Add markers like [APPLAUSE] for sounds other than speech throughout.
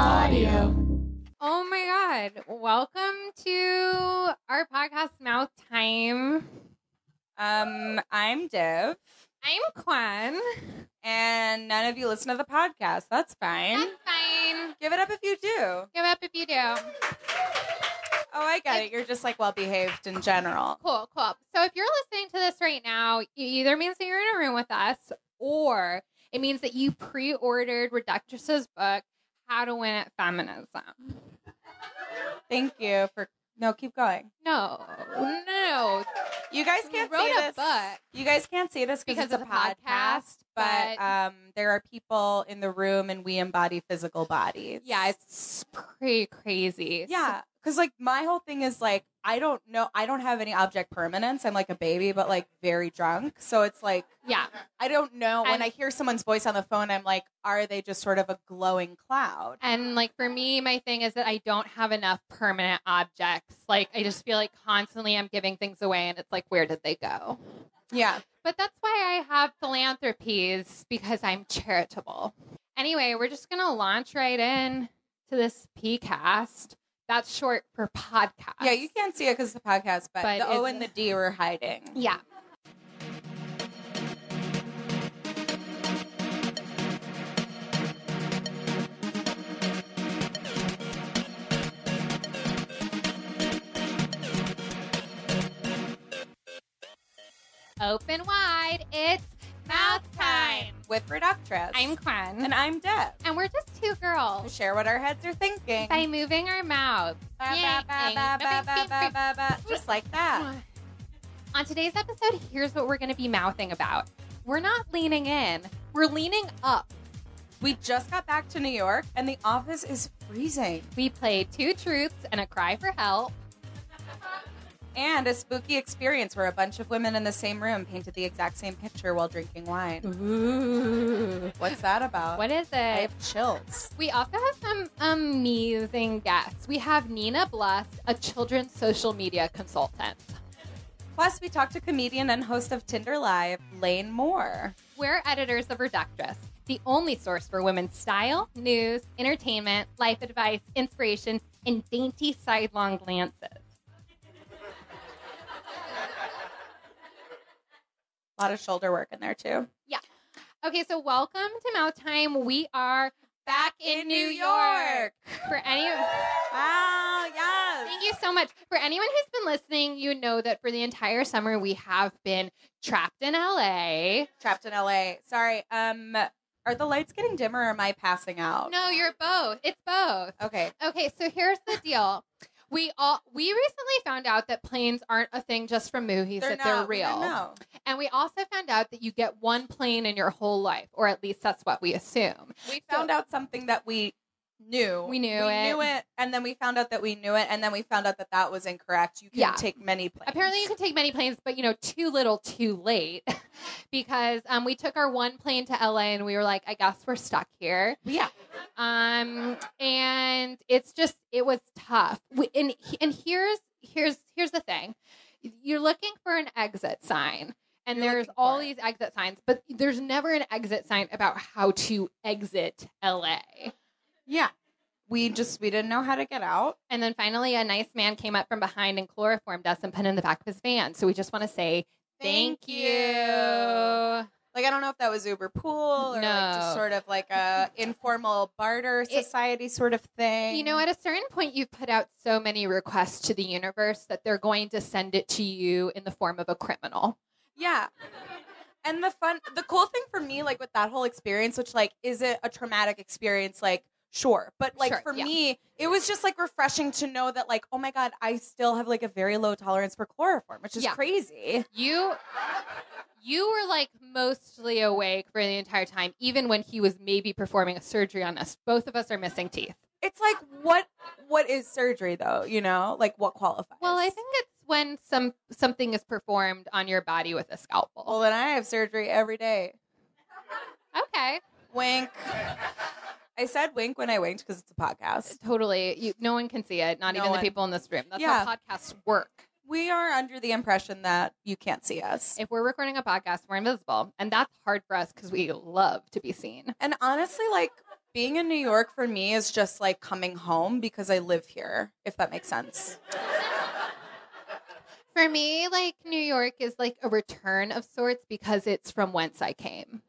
Radio. Oh my God. Welcome to our podcast, Mouth Time. Um, I'm Dev, I'm Quan. and none of you listen to the podcast. That's fine. That's fine. Give it up if you do. Oh, Give up if you do. I get it. You're just like well behaved in general. Cool, cool. So if you're listening to this right now, it either means that you're in a room with us or it means that you pre ordered Reductress's book, How to Win at Feminism. Thank you for. No, keep going. No, no, You guys We can't wrote see a this. book. You guys can't see this Because because it's of the a podcast, podcast. But but- um, there are people in the room, and we embody physical bodies. Yeah, it's pretty crazy. Yeah, because like my whole thing is like I don't know, I don't have any object permanence. I'm like a baby, but like very drunk. So it's like Yeah. I don't know. when And- I hear someone's voice on the phone, I'm like, are they just sort of a glowing cloud? And like for me, my thing is that I don't have enough permanent objects. Like I just feel like constantly I'm giving things away and it's like, where did they go? Yeah, But that's why I have philanthropies because I'm charitable. Anyway, we're just going to launch right in to this PCAST. That's short for podcast. yeah. You can't see it because the podcast, but, But the O it's- and the D were hiding. Yeah. Open wide, it's mouth time. with Reductress. I'm Quan, and I'm Deb. and we're just two To girls share what our heads are thinking. by moving our mouths. Ba, ba, ba, ba, ba, ba, ba, ba, ba. Just like that. On today's episode, here's what we're going to be mouthing about. We're not leaning in, we're leaning up. We just got back to New York, and the office is freezing, We played two truths and a cry for help. and a spooky experience where a bunch of women in the same room painted the exact same picture while drinking wine. Ooh. What's that about? What is I it? have chills. We also have some amazing guests. We have Nina Bless, a children's social media consultant. Plus, we talked to comedian and host of Tinder Live, Lane Moore. We're editors of Reductress, the only source for women's style, news, entertainment, life advice, inspiration, and dainty sidelong glances. A lot of shoulder work in there too. Okay, so welcome to Mouth Time. We are back in New York. For any Wow! Yes. Thank you so much. For anyone who's been listening, you know that for the entire summer we have been trapped in LA. Trapped in LA. Sorry. Um, are the lights getting dimmer? or Am I passing out? No, you're both. It's both. Okay. Okay, so here's the deal. We all we recently found out that planes aren't a thing just from movies that they're not- we real. don't know. And we also found out that you get one plane in your whole life, or at least that's what we assume. We found out something that we knew. We knew it. knew it, and then we found out that we knew it, and then we found out that that was incorrect. You can Yeah. take many planes. Apparently, you can take many planes, but you know, too little, too late. [LAUGHS] because um, we took our one plane to LA, and we were like, I guess we're stuck here. Yeah. Um, and it's just, it was tough. We, and and here's here's here's the thing: you're looking for an exit sign. And You're there's looking for all it. these exit signs, but there's never an exit sign about how to exit LA. Yeah. We just we didn't know how to get out. And then finally, a nice man came up from behind and chloroformed us and put in the back of his van. So we just want to say Thank you. Like I don't know if that was Uber Pool or like No. just sort of like a informal barter society sort of thing. You know, at a certain point, you've put out so many requests to the universe that they're going to send it to you in the form of a criminal. Yeah. And the fun, the cool thing for me, like with that whole experience, which like is it a traumatic experience? Like, sure, but like Sure, for yeah. me, it was just like refreshing to know that like, oh my god, I still have like a very low tolerance for chloroform, which is Yeah. crazy. You, you were like mostly awake for the entire time, even when he was maybe performing a surgery on us. Both of us are missing teeth. It's like what what is surgery though? You know, like what qualifies? Well, I think it's when some something is performed on your body with a Well, scalpel. then I have surgery every day. Okay, Wink. I said wink when I winked because it's a podcast. totally. You, no one can see it, not No even one. the people in this room. That's how Yeah. podcasts work. We are under the impression that you can't see us. if we're recording a podcast, we're invisible. And that's hard for us because we love to be seen. And honestly, like being in New York for me is just like coming home because I live here, if that makes sense. For me, like New York is like a return of sorts because it's from whence I came.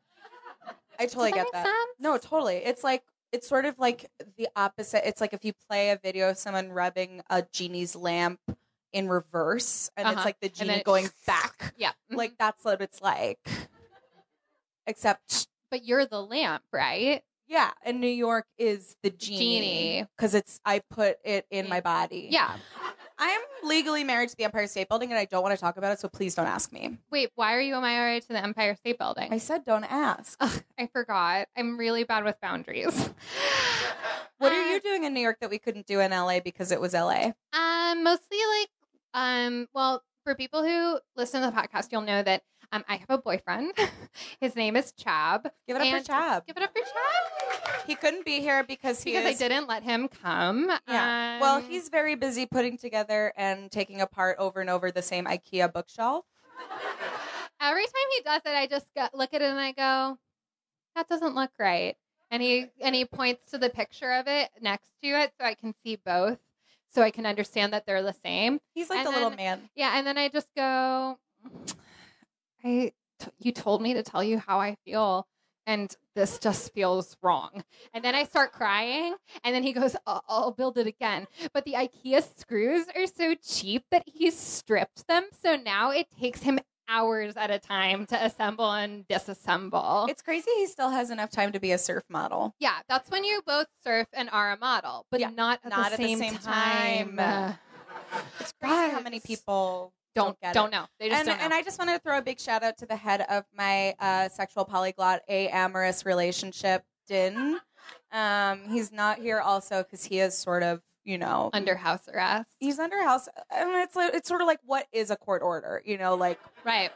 I totally Does that get make that. sense? No, totally. It's like it's sort of like the opposite. It's like if you play a video of someone rubbing a genie's lamp in reverse, and Uh-huh. it's like the then genie it- going back. Yeah. Like that's what it's like. Except, but you're the lamp, right? yeah, and New York is the genie Genie. because it's I put it in my body. Yeah. I am legally married to the Empire State Building, and I don't want to talk about it, so please don't ask me. Wait, why are you a IRA to the Empire State Building? I said don't ask. Ugh, I forgot. I'm really bad with boundaries. [LAUGHS] What Uh, are you doing in New York that we couldn't do in LA because it was LA? Um, mostly like, um, well, for people who listen to the podcast, you'll know that um, I have a boyfriend. [LAUGHS] His name is Chab. Give it up And- for Chab. Give it up for Chab He couldn't be here because he because I is- didn't let him come. Yeah. Well, Um, he's very busy putting together and taking apart over and over the same IKEA bookshelf. every time he does it, I just go, look at it and I go, "That doesn't look right." And he and he points to the picture of it next to it, so I can see both, so I can understand that they're the same. He's like And the little then- man. Yeah, and then I just go, "I, t- you told me to tell you how I feel." And this just feels wrong. And then I start crying. And then he goes, I'll, I'll build it again. But the IKEA screws are so cheap that he stripped them. So now it takes him hours at a time to assemble and disassemble. It's crazy he still has enough time to be a surf model. yeah, that's when you both surf and are a model, but Yeah, not at, not the, at the same same time. time. Uh, It's crazy how Right. many people Don't Don't get it. don't know. They just and, don't know. and I just want to throw a big shout out to the head of my uh, sexual polyglot a amorous relationship, Din. Um, he's not here also because he is sort of, you know, under house arrest. he's under house. And it's like- it's sort of like what is a court order, you know, like Right.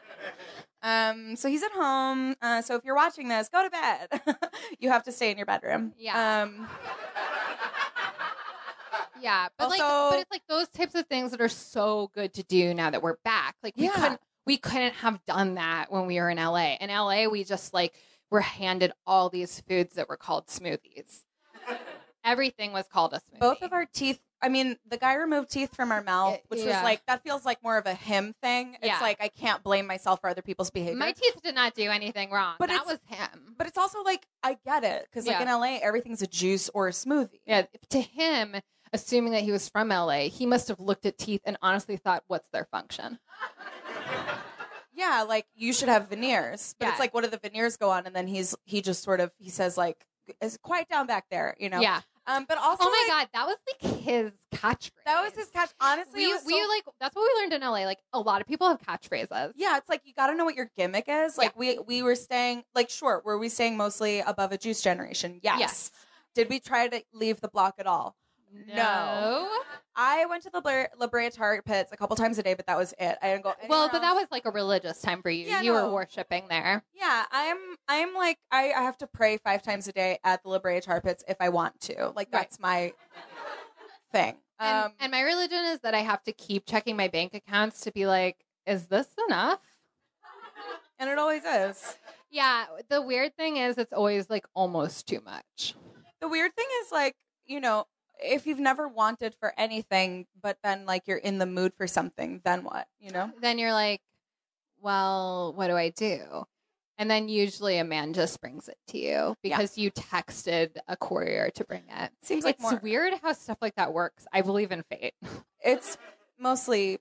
Um, so he's at home. Uh, so if you're watching this, go to bed. [LAUGHS] you have to stay in your bedroom. Yeah. Um, Yeah. But like but Also- it's like those types of things that are so good to do now that we're back. Like we Yeah. couldn't we couldn't have done that when we were in LA. In LA we just like were handed all these foods that were called smoothies. Everything was called a smoothie. both of our teeth. I mean, the guy removed teeth from our mouth, Y- which yeah. was like that feels like more of a him thing. Yeah. It's like I can't blame myself for other people's behavior. my teeth did not do anything wrong. But But that was it's- him. but it's also like I get it because like Yeah. in LA, everything's a juice or a smoothie. Yeah. To him, assuming that he was from LA, he must have looked at teeth and honestly thought, what's their function? yeah. Like you should have veneers, but Yeah. it's like what do the veneers go on? And then he's he just sort of he says like, "Is- "Quiet down back there," you know. Yeah. Um, but also, oh my like, god, that was like his catchphrase. that was his catch. Honestly, it we, was we so like that's what we learned in LA. Like a lot of people have catchphrases. Yeah, it's like you got to know what your gimmick is. Like we we were staying like sure, were we staying mostly above a juice generation? Yes. Did we try to leave the block at all? No. I went to the Bla- La Brea tar pits a couple times a day, but that was it. I didn't go. Well, anywhere but that else. was like a religious time for you. Yeah, you were no. worshiping there. yeah. I'm I'm like I, I have to pray five times a day at the La Brea tar pits if I want to. Like Right. that's my thing. Um, And, and my religion is that I have to keep checking my bank accounts to be like, is this enough? and it always is. Yeah. The weird thing is, it's always like almost too much. The weird thing is like, you know, if you've never wanted for anything, but then like you're in the mood for something, then what? You know? Then you're like, well, what do I do? And then usually a man just brings it to you because you texted a courier to bring it. Seems like it's more. weird how stuff like that works. I believe in fate. It's mostly.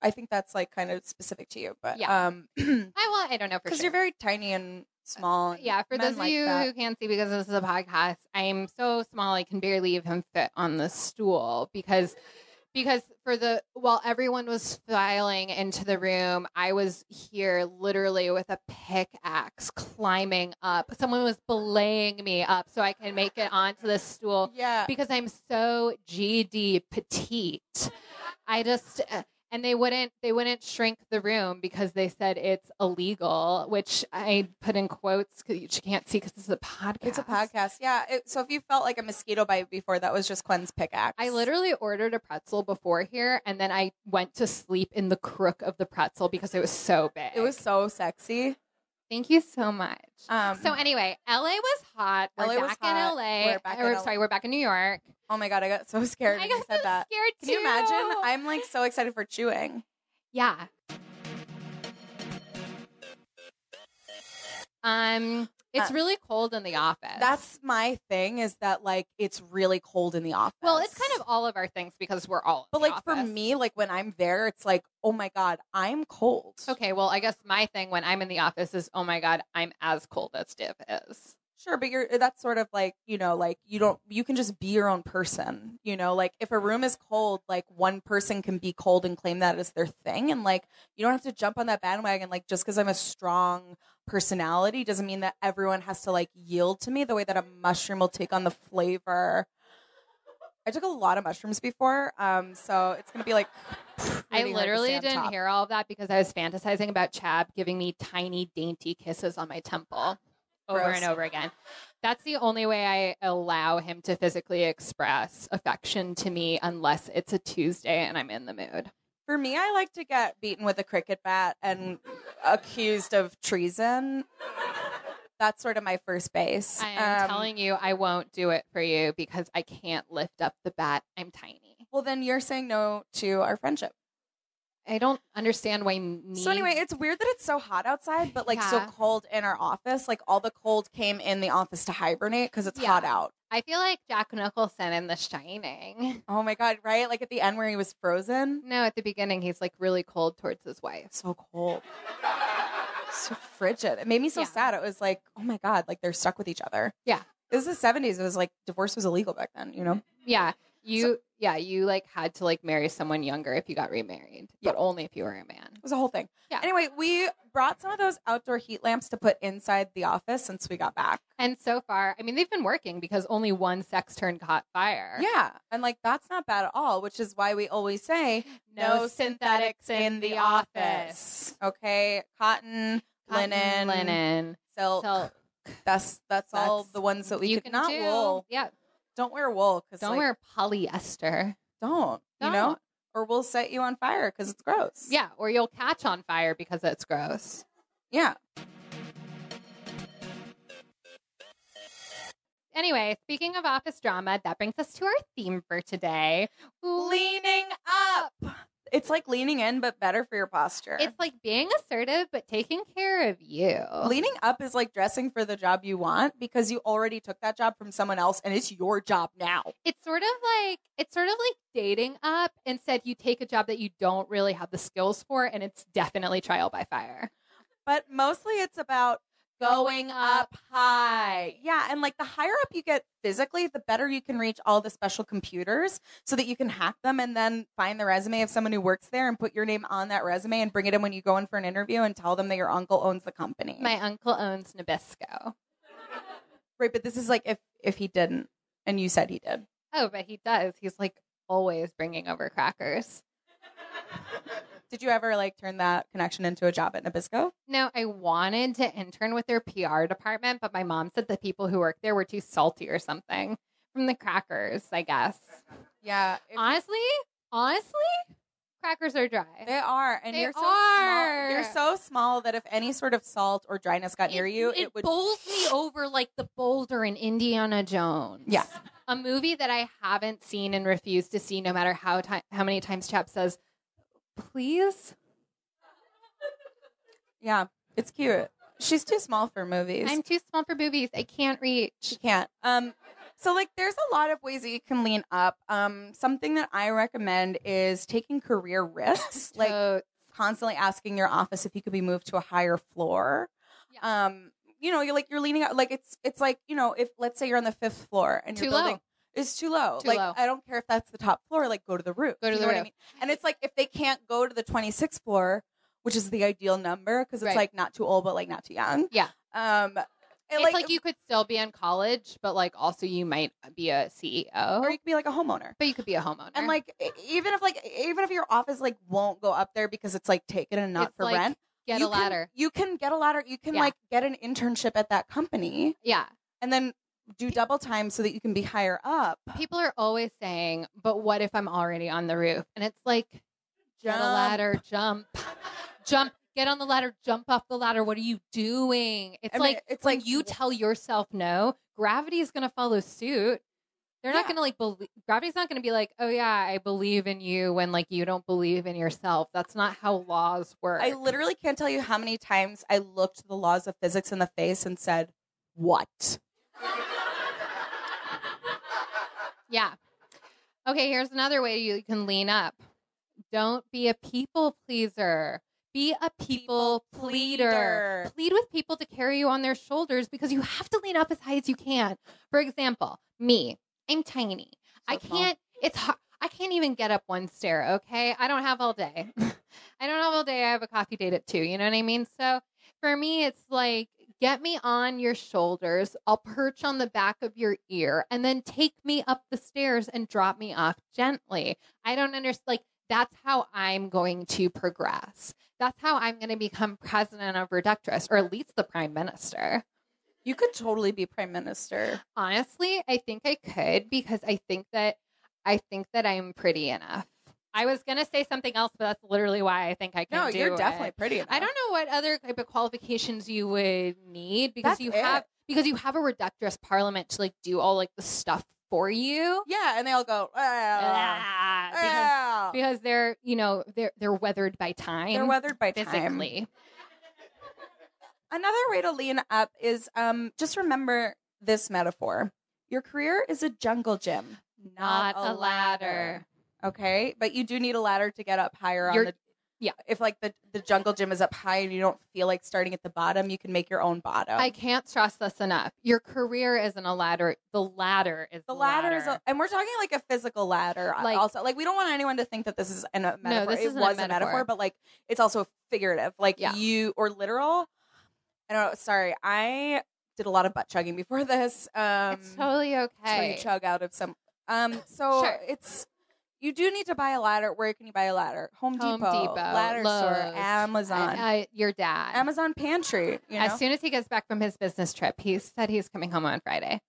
I think that's like kind of specific to you, but Yeah. um, [CLEARS THROAT] because I well, I don't know for sure. you're very tiny and small. and yeah, for men those of like you that. who can't see because this is a podcast, I'm so small I can barely even fit on the stool because because for the while everyone was filing into the room, I was here literally with a pickaxe climbing up. Someone was belaying me up so I can make it onto the stool yeah, because I'm so GD petite. I just uh, and they wouldn't they wouldn't shrink the room because they said it's illegal, which I put in quotes because you can't see because it's a podcast. it's a podcast. Yeah, it, so if you felt like a mosquito bite before, that was just Quen's pickaxe. I literally ordered a pretzel before here, and then I went to sleep in the crook of the pretzel because it was so big. It was so sexy. Thank you so much. Um, so anyway, LA was hot. We're LA was back hot. in LA. We're back or, in sorry, we're back in New York. oh my god, I got so [LAUGHS] scared I when you got said so that. scared Can you imagine? too. I'm like so excited for chewing. Yeah. Um, it's Uh, really cold in the office. That's my thing. Is that like it's really cold in the office. well, it's kind of all of our things because we're all. in But the like for office. me, like when I'm there, it's like, oh my god, I'm cold. Okay, well, I guess my thing when I'm in the office is, oh my god, I'm as cold as Div is. Sure, but you're that's sort of like, you know, like you don't you can just be your own person. You know, like if a room is cold, like one person can be cold and claim that as their thing and like you don't have to jump on that bandwagon like just cuz I'm a strong personality doesn't mean that everyone has to like yield to me the way that a mushroom will take on the flavor. I took a lot of mushrooms before, um so it's going to be like I really hard to literally stay on didn't top. hear all of that because I was fantasizing about Chab giving me tiny, dainty kisses on my [GASPS] temple over Gross. and over again. That's the only way I allow him to physically express affection to me unless it's a Tuesday and I'm in the mood. For me, I like to get beaten with a cricket bat and accused of treason. That's sort of my first base. I am Um, telling you, I won't do it for you because I can't lift up the bat. I'm tiny. Well, then you're saying no to our friendship. I don't understand why me. So anyway, it's weird that it's so hot outside, but like so Yeah. cold in our office. Like all the cold came in the office to hibernate because it's Yeah. hot out. I feel like Jack Nicholson in The Shining. [LAUGHS] Oh my god! Right? Like at the end where he was frozen. No, at the beginning, he's like really cold towards his wife. So cold. So frigid. It made me so Yeah. sad. It was like, oh my god, like they're stuck with each other. Yeah. It was the 70s. It was like divorce was illegal back then, you know? Yeah. You yeah, you like had to like marry someone younger if you got remarried, but only if you were a man. It was a whole thing. Yeah. Anyway, we brought some of those outdoor heat lamps to put inside the office since we got back. And so far, I mean, they've been working because only one sex turn caught fire. Yeah. And like that's not bad at all, which is why we always say No synthetics in the office. Okay. Cotton, Cotton, linen, linen. silk. So That's that's all That's- the ones that we you could can not do- wool. Yeah, Don't wear wool because don't wear polyester. don't you know Don't. or we'll set you on fire because it's gross. Yeah, or you'll catch on fire because it's gross. Yeah. Anyway, speaking of office drama, that brings us to our theme for today. Leaning up. It's like leaning in, but better for your posture. It's like being assertive but taking care of you. [LAUGHS] Leaning up is like dressing for the job you want because you already took that job from someone else and it's your job now. it's sort of like it's sort of like dating up instead you take a job that you don't really have the skills for and it's definitely trial by fire But mostly it's about going up high. Yeah. And like the higher up you get physically, the better you can reach all the special computers so that you can hack them and then find the resume of someone who works there and put your name on that resume and bring it in when you go in for an interview and tell them that your uncle owns the company. my uncle owns nabisco right. But this is like if, if he didn't and you said he did. oh but he does he's like always bringing over crackers Did you ever like turn that connection into a job at Nabisco? no i wanted to intern with their pr department but my mom said the people who work there were too salty or something from the crackers i guess Yeah. honestly honestly crackers are dry They are, and They you're so small. are. You're so small that if any sort of salt or dryness got near you, it, would. bowls me over like the boulder in Indiana Jones. Yeah. a movie that I haven't seen and refuse to see, no matter how ti- how many times Chap says, "Please." yeah, it's cute. She's too small for movies. I'm too small for movies. I can't she reach. can't. Um, so like, there's a lot of ways that you can lean up. Um, something that I recommend is taking career risks, like So, constantly asking your office if you could be moved to a higher floor. Um, you know, you're like you're leaning out, like it's it's like you know, if let's say you're on the fifth floor and Too your low. building is too low, Too like low. I don't care if that's the top floor, like go to the roof. Go to You the know what I roof. mean? And it's like if they can't go to the 26th floor, which is the ideal number because it's Right. like not too old but like not too young. Yeah. Um, it, it's like, you could still be in college, but like also you might be a CEO, or you could be like a homeowner. but you could be a homeowner. And like e- even if like even if your office like won't go up there because it's like taken and not It's for like, rent, get you a ladder. Can, you can get a ladder. You can Yeah. like get an internship at that company. yeah. and then do double time so that you can be higher up. People are always saying, "But what if I'm already on the roof?" And it's like, Get a ladder, jump, jump, Get on the ladder, jump off the ladder. What are you doing? It's I mean, like it's when like- you tell yourself no, gravity is going to follow suit. They're not Yeah. going to like believe. Gravity's not going to be like, oh yeah, I believe in you when like you don't believe in yourself. That's not how laws work. I literally can't tell you how many times I looked the laws of physics in the face and said, "What?" Yeah. Okay, here's another way you can lean up. Don't be a people pleaser. Be a people, People pleader. pleader. Plead with people to carry you on their shoulders because you have to lean up as high as you can. For example, me, I'm tiny. I So small. can't. It's hard. I can't even get up one stair. Okay, I don't have all day. [LAUGHS] I don't have all day. I have a coffee date at two. You know what I mean? So for me, it's like get me on your shoulders. I'll perch on the back of your ear, and then take me up the stairs and drop me off gently. I don't understand. Like that's how I'm going to progress. That's how I'm going to become president of Reductress, or at least the prime minister. You could totally be prime minister. Honestly, I think I could because I think that I think that I'm pretty enough. I was gonna say something else, but that's literally why I think I can No, do you're it. definitely pretty. Enough. I don't know what other type of qualifications you would need because That's you it. have because you have a reductress parliament to like do all like the stuff for you. Yeah, and they all go. "Ah, Ah, [LAUGHS] because, ah." because they're you know they're they're weathered by time. They're weathered by time. physically. Another way to lean up is um, just remember this metaphor. Your career is a jungle gym, Not a ladder. Okay, but you do need a ladder to get up higher on You're- the. yeah. If like the the jungle gym is up high and you don't feel like starting at the bottom, you can make your own bottom. I can't stress this enough. Your career isn't a ladder. The ladder is the ladder, is, a, and we're talking like a physical ladder. uh, Like- also, like we don't want anyone to think that this is an, a metaphor. this it isn't a was metaphor. but like it's also figurative. Like Yeah. you or literal. I don't know. Sorry, I did a lot of butt chugging before this. Um, it's totally okay. so you chug out of some. Um, so Sure. it's you do need to buy a ladder. Where can you buy a ladder? Home, Home Depot, ladder Lowe's, store, Amazon, I- I- your dad. Amazon pantry. You know, As soon as he gets back from his business trip, he said he's coming home on Friday.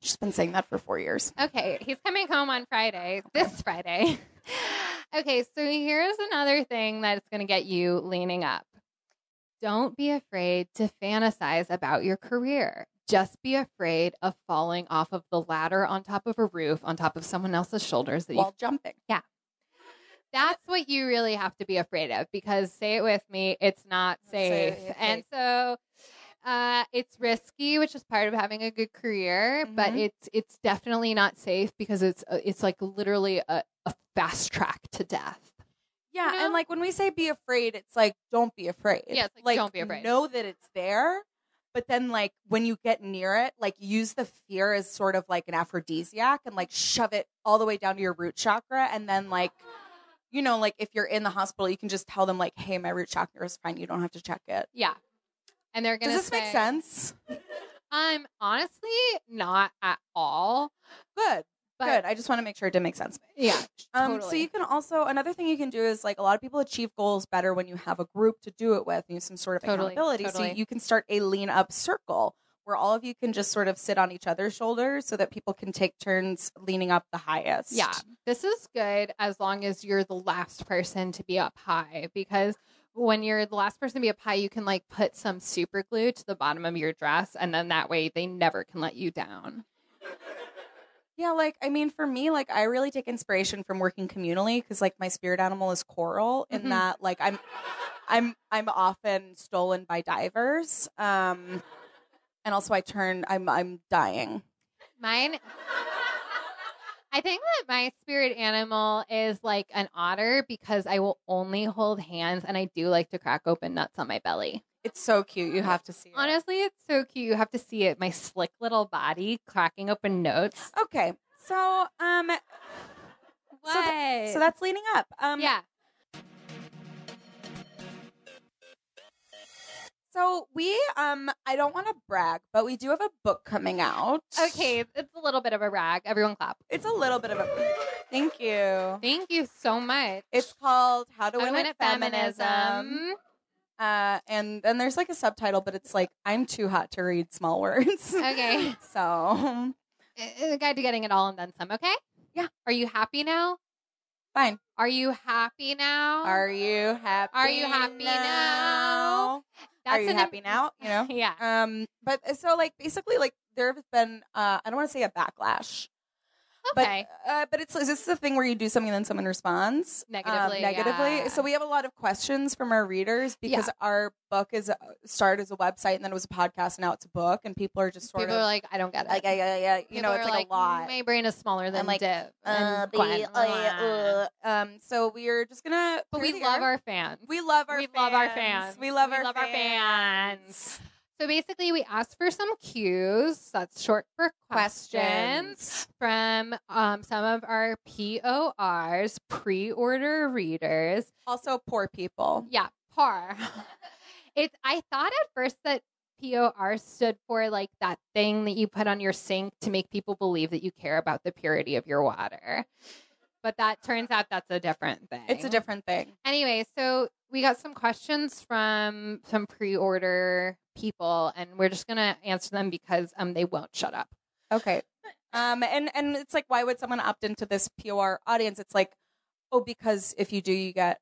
she's been saying that for four years. Okay, he's coming home on Friday, this Friday. [LAUGHS] okay, so here's another thing that's going to get you leaning up. Don't be afraid to fantasize about your career. Just be afraid of falling off of the ladder on top of a roof, on top of someone else's shoulders that you While jumping, That's what you really have to be afraid of because say it with me, it's not Say safe. it, it's and so uh, it's risky, which is part of having a good career, but Mhm. it's it's definitely not safe because it's uh, it's like literally a, a fast track to death. yeah. You know? And like when we say be afraid, it's like don't be afraid. Yeah, it's like, don't be afraid. Know that it's there. But then, like when you get near it, like use the fear as sort of like an aphrodisiac, and like shove it all the way down to your root chakra, and then like you know, like if you're in the hospital, you can just tell them like, "Hey, my root chakra is fine. You don't have to check it." Yeah. And they're Does gonna this make say, sense? Um, honestly, not at all. Good, But good. I just want to make sure it did make sense. yeah, Um, So totally. you can also another thing you can do is like a lot of people achieve goals better when you have a group to do it with and you have some sort of Totally, accountability. totally. So you can start a lean up circle where all of you can just sort of sit on each other's shoulders so that people can take turns leaning up the highest. Yeah, this is good as long as you're the last person to be up high because when you're the last person to be up high, you can like put some super glue to the bottom of your dress, and then that way they never can let you down. Yeah, like I mean, for me, like I really take inspiration from working communally because like my spirit animal is coral, in Mhm. that like I'm, I'm, I'm often stolen by divers, um, and also I turn, I'm, I'm dying. Mine, [LAUGHS] I think that my spirit animal is like an otter because I will only hold hands and I do like to crack open nuts on my belly. It's so cute. You have to see. it. Honestly, it's so cute. You have to see it. My slick little body cracking open notes. Okay, so um, What? th- so that's leaning up. Um, yeah. So we um, I don't want to brag, but we do have a book coming out. Okay, it's a little bit of a rag. Everyone clap. It's a little bit of a. Thank you. [GASPS] Thank you so much. It's called How to I Win, win at at feminism. uh, and then there's like a subtitle, but it's like I'm too hot to read small [LAUGHS] words. [LAUGHS] Okay. so Uh, uh, guide to getting it all and then some, okay? Yeah. Are you happy now? fine. Are you happy now? Are you happy? Are you happy now? Are you an happy im- now? [LAUGHS] You know. yeah. Um, but so like basically like there have been uh, I don't want to say a backlash, Okay. but uh, but it's is this the thing where you do something and then someone responds um, negatively. negatively? yeah. So we have a lot of questions from our readers because our book is uh, started as a website and then it was a podcast and now it's a book and people are just sort people of are like, I don't get it. like yeah yeah yeah you People know it's are "Mm, like, a lot. My brain is smaller than like, Div. Uh, and the- Gwen." uh, uh, um, so we are just gonna. but through we here- love our fans. We love our. we love our fans. We love our. fans. So basically, we asked for some cues. That's short for questions Questions. from um, some of our PORs, pre-order readers. Also, poor people. Yeah, PAR. [LAUGHS] it's. I thought at first that POR stood for like that thing that you put on your sink to make people believe that you care about the purity of your water. But that turns out that's a different thing. It's a different thing. Anyway, so we got some questions from some pre-order people, and we're just gonna answer them because um they won't shut up. Okay. Um, and and it's like, why would someone opt into this POR audience? It's like, oh, because if you do, you get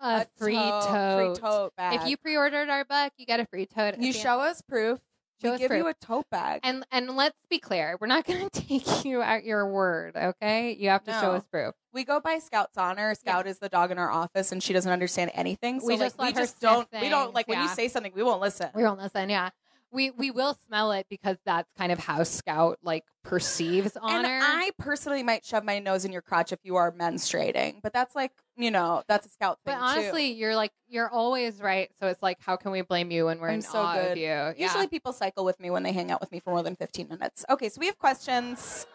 A, free tote, tote. free tote bag. If you pre-ordered our book, you get a free tote. at you the end. show us proof, Show we us give you a proof. tote bag. And and let's be clear, we're not going to [LAUGHS] take you at your word, okay? You have to show No. us proof. we go by Scout's honor. Scout is the dog in our office, and she doesn't understand anything. So We like, just let we her just sniff don't. We don't things, like when you yeah. say something, we won't listen. We won't listen. Yeah, we we will smell it because that's kind of how Scout like perceives honor. And I personally might shove my nose in your crotch if you are menstruating, but that's like you know that's a scout thing. but too. honestly, you're like you're always right. So it's like, how can we blame you when we're I'm in so awe good. of you? Yeah. usually people cycle with me when they hang out with me for more than fifteen minutes. Okay, so we have questions.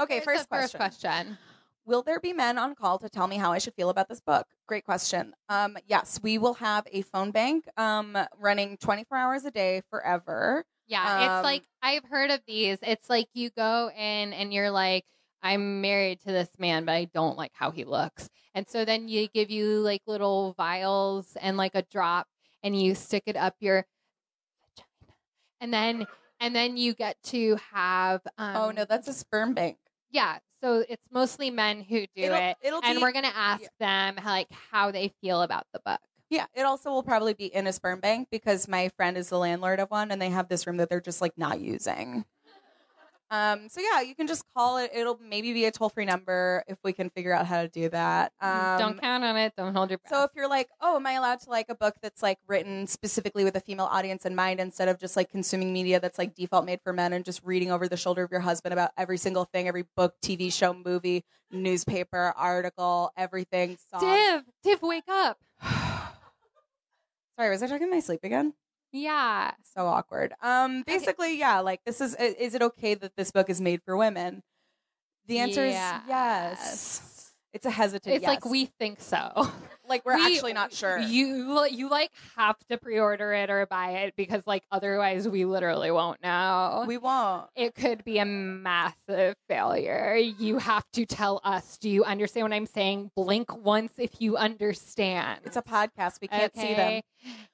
Okay, Here's first the question. First question. Will there be men on call to tell me how I should feel about this book? Great question. Um, yes, we will have a phone bank um, running 24 hours a day forever. Yeah, Um, it's like I've heard of these. It's like you go in and you're like, I'm married to this man, but I don't like how he looks. And so then you give you like little vials and like a drop, and you stick it up your vagina, and then and then you get to have. Um, oh no, that's a sperm bank. yeah. So it's mostly men who do it'll, it, It'll and be, we're gonna ask them like how they feel about the book. Yeah, it also will probably be in a sperm bank because my friend is the landlord of one and they have this room that they're just like not using. Um, so yeah, you can just call it. It'll maybe be a toll free number if we can figure out how to do that. Um, Mm, don't count on it. Don't hold your breath. So if you're like, oh, am I allowed to like a book that's like written specifically with a female audience in mind instead of just like consuming media that's like default made for men and just reading over the shoulder of your husband about every single thing, every book, TV show, movie, newspaper, article, everything, song. Div, Div, wake up. [SIGHS] Sorry, was I talking in my sleep again? Yeah. So awkward. [LAUGHS] Um, Okay. basically, yeah, like this is i- is it okay that this book is made for women? The answer is yes. It's a hesitant. It's like yes. we think so. like we're we- actually not sure. You li- you like have to pre-order it or buy it because like otherwise we literally won't know. we won't. it could be a massive failure. You have to tell us. Do you understand what I'm saying? Blink once if you understand. It's a podcast. We can't see see them. them.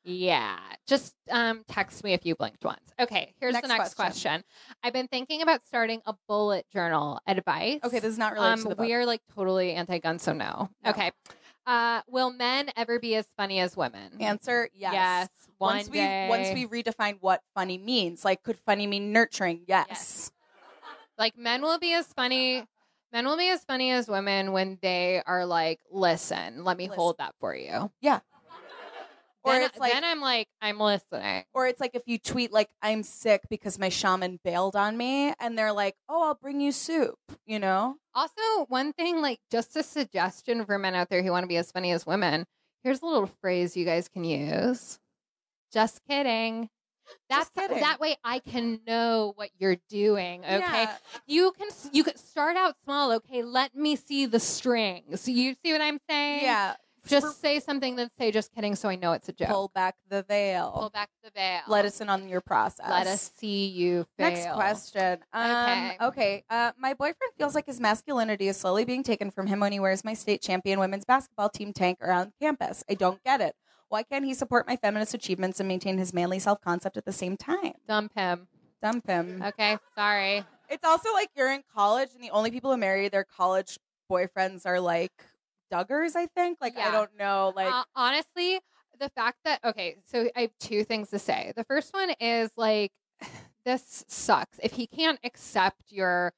Yeah. Just um, text me if you blinked once. Okay. Here's Next the next question. question. I've been thinking about starting a bullet journal. Advice? Okay, this is not related to the book. Um, we are like totally anti-gun, so no. No. Okay. Uh, will men ever be as funny as women? Answer: Yes. Yes. One once day. we once we redefine what funny means, like could funny mean nurturing? Yes. Yes. like men will be as funny. Men will be as funny as women when they are like, listen, let me Listen. hold that for you. Or then, it's like then I'm like, I'm listening. or it's like if you tweet like I'm sick because my shaman bailed on me, and they're like, oh, I'll bring you soup. You know, Also, one thing, like just a suggestion for men out there who want to be as funny as women. Here's a little phrase you guys can use. Just kidding. That's Just kidding. that way I can know what you're doing. Okay, Yeah. you can you can start out small. Okay, let me see the strings. You see what I'm saying? Yeah. Just For- say something that say just kidding, so I know it's a joke. pull back the veil. Pull back the veil. Let us in on your process. let us see you. Fail. Next question. Um, okay. Okay. Uh, my boyfriend feels like his masculinity is slowly being taken from him when he wears my state champion women's basketball team tank around campus. I don't get it. Why can't he support my feminist achievements and maintain his manly self concept at the same time? Dump him. Dump him. Okay, sorry. It's also like you're in college, and the only people who marry their college boyfriends are like Duggars, I think. Like I Yeah. don't know. Like Uh, honestly, the fact that okay, so I have two things to say. The first one is like [SIGHS] this sucks. If he can't accept your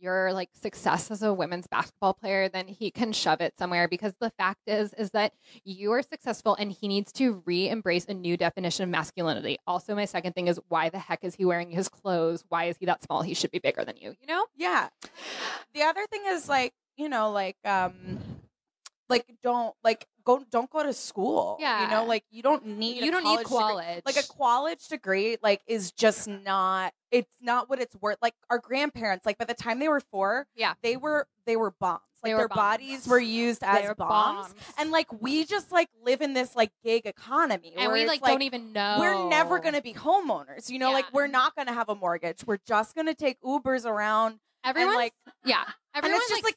your like success as a women's basketball player, then he can shove it somewhere because the fact is is that you are successful and he needs to re-embrace a new definition of masculinity. Also, my second thing is why the heck is he wearing his clothes? Why is he that small? He should be bigger than you, you know? yeah. The other thing is like you know like um like don't like go don't go to school. You Yeah. know like you don't need a You don't need college degree. college. like a college degree like is just not it's not what it's worth like our grandparents like by the time they were four Yeah. they were they were bombs like They were their bombs. bodies were used as They're bombs. and like we just like live in this like gig economy and where we it's, like, don't even know. we're never going to be homeowners you know Yeah. like we're not going to have a mortgage we're just going to take ubers around everyone and like yeah. and Everyone's it's just like,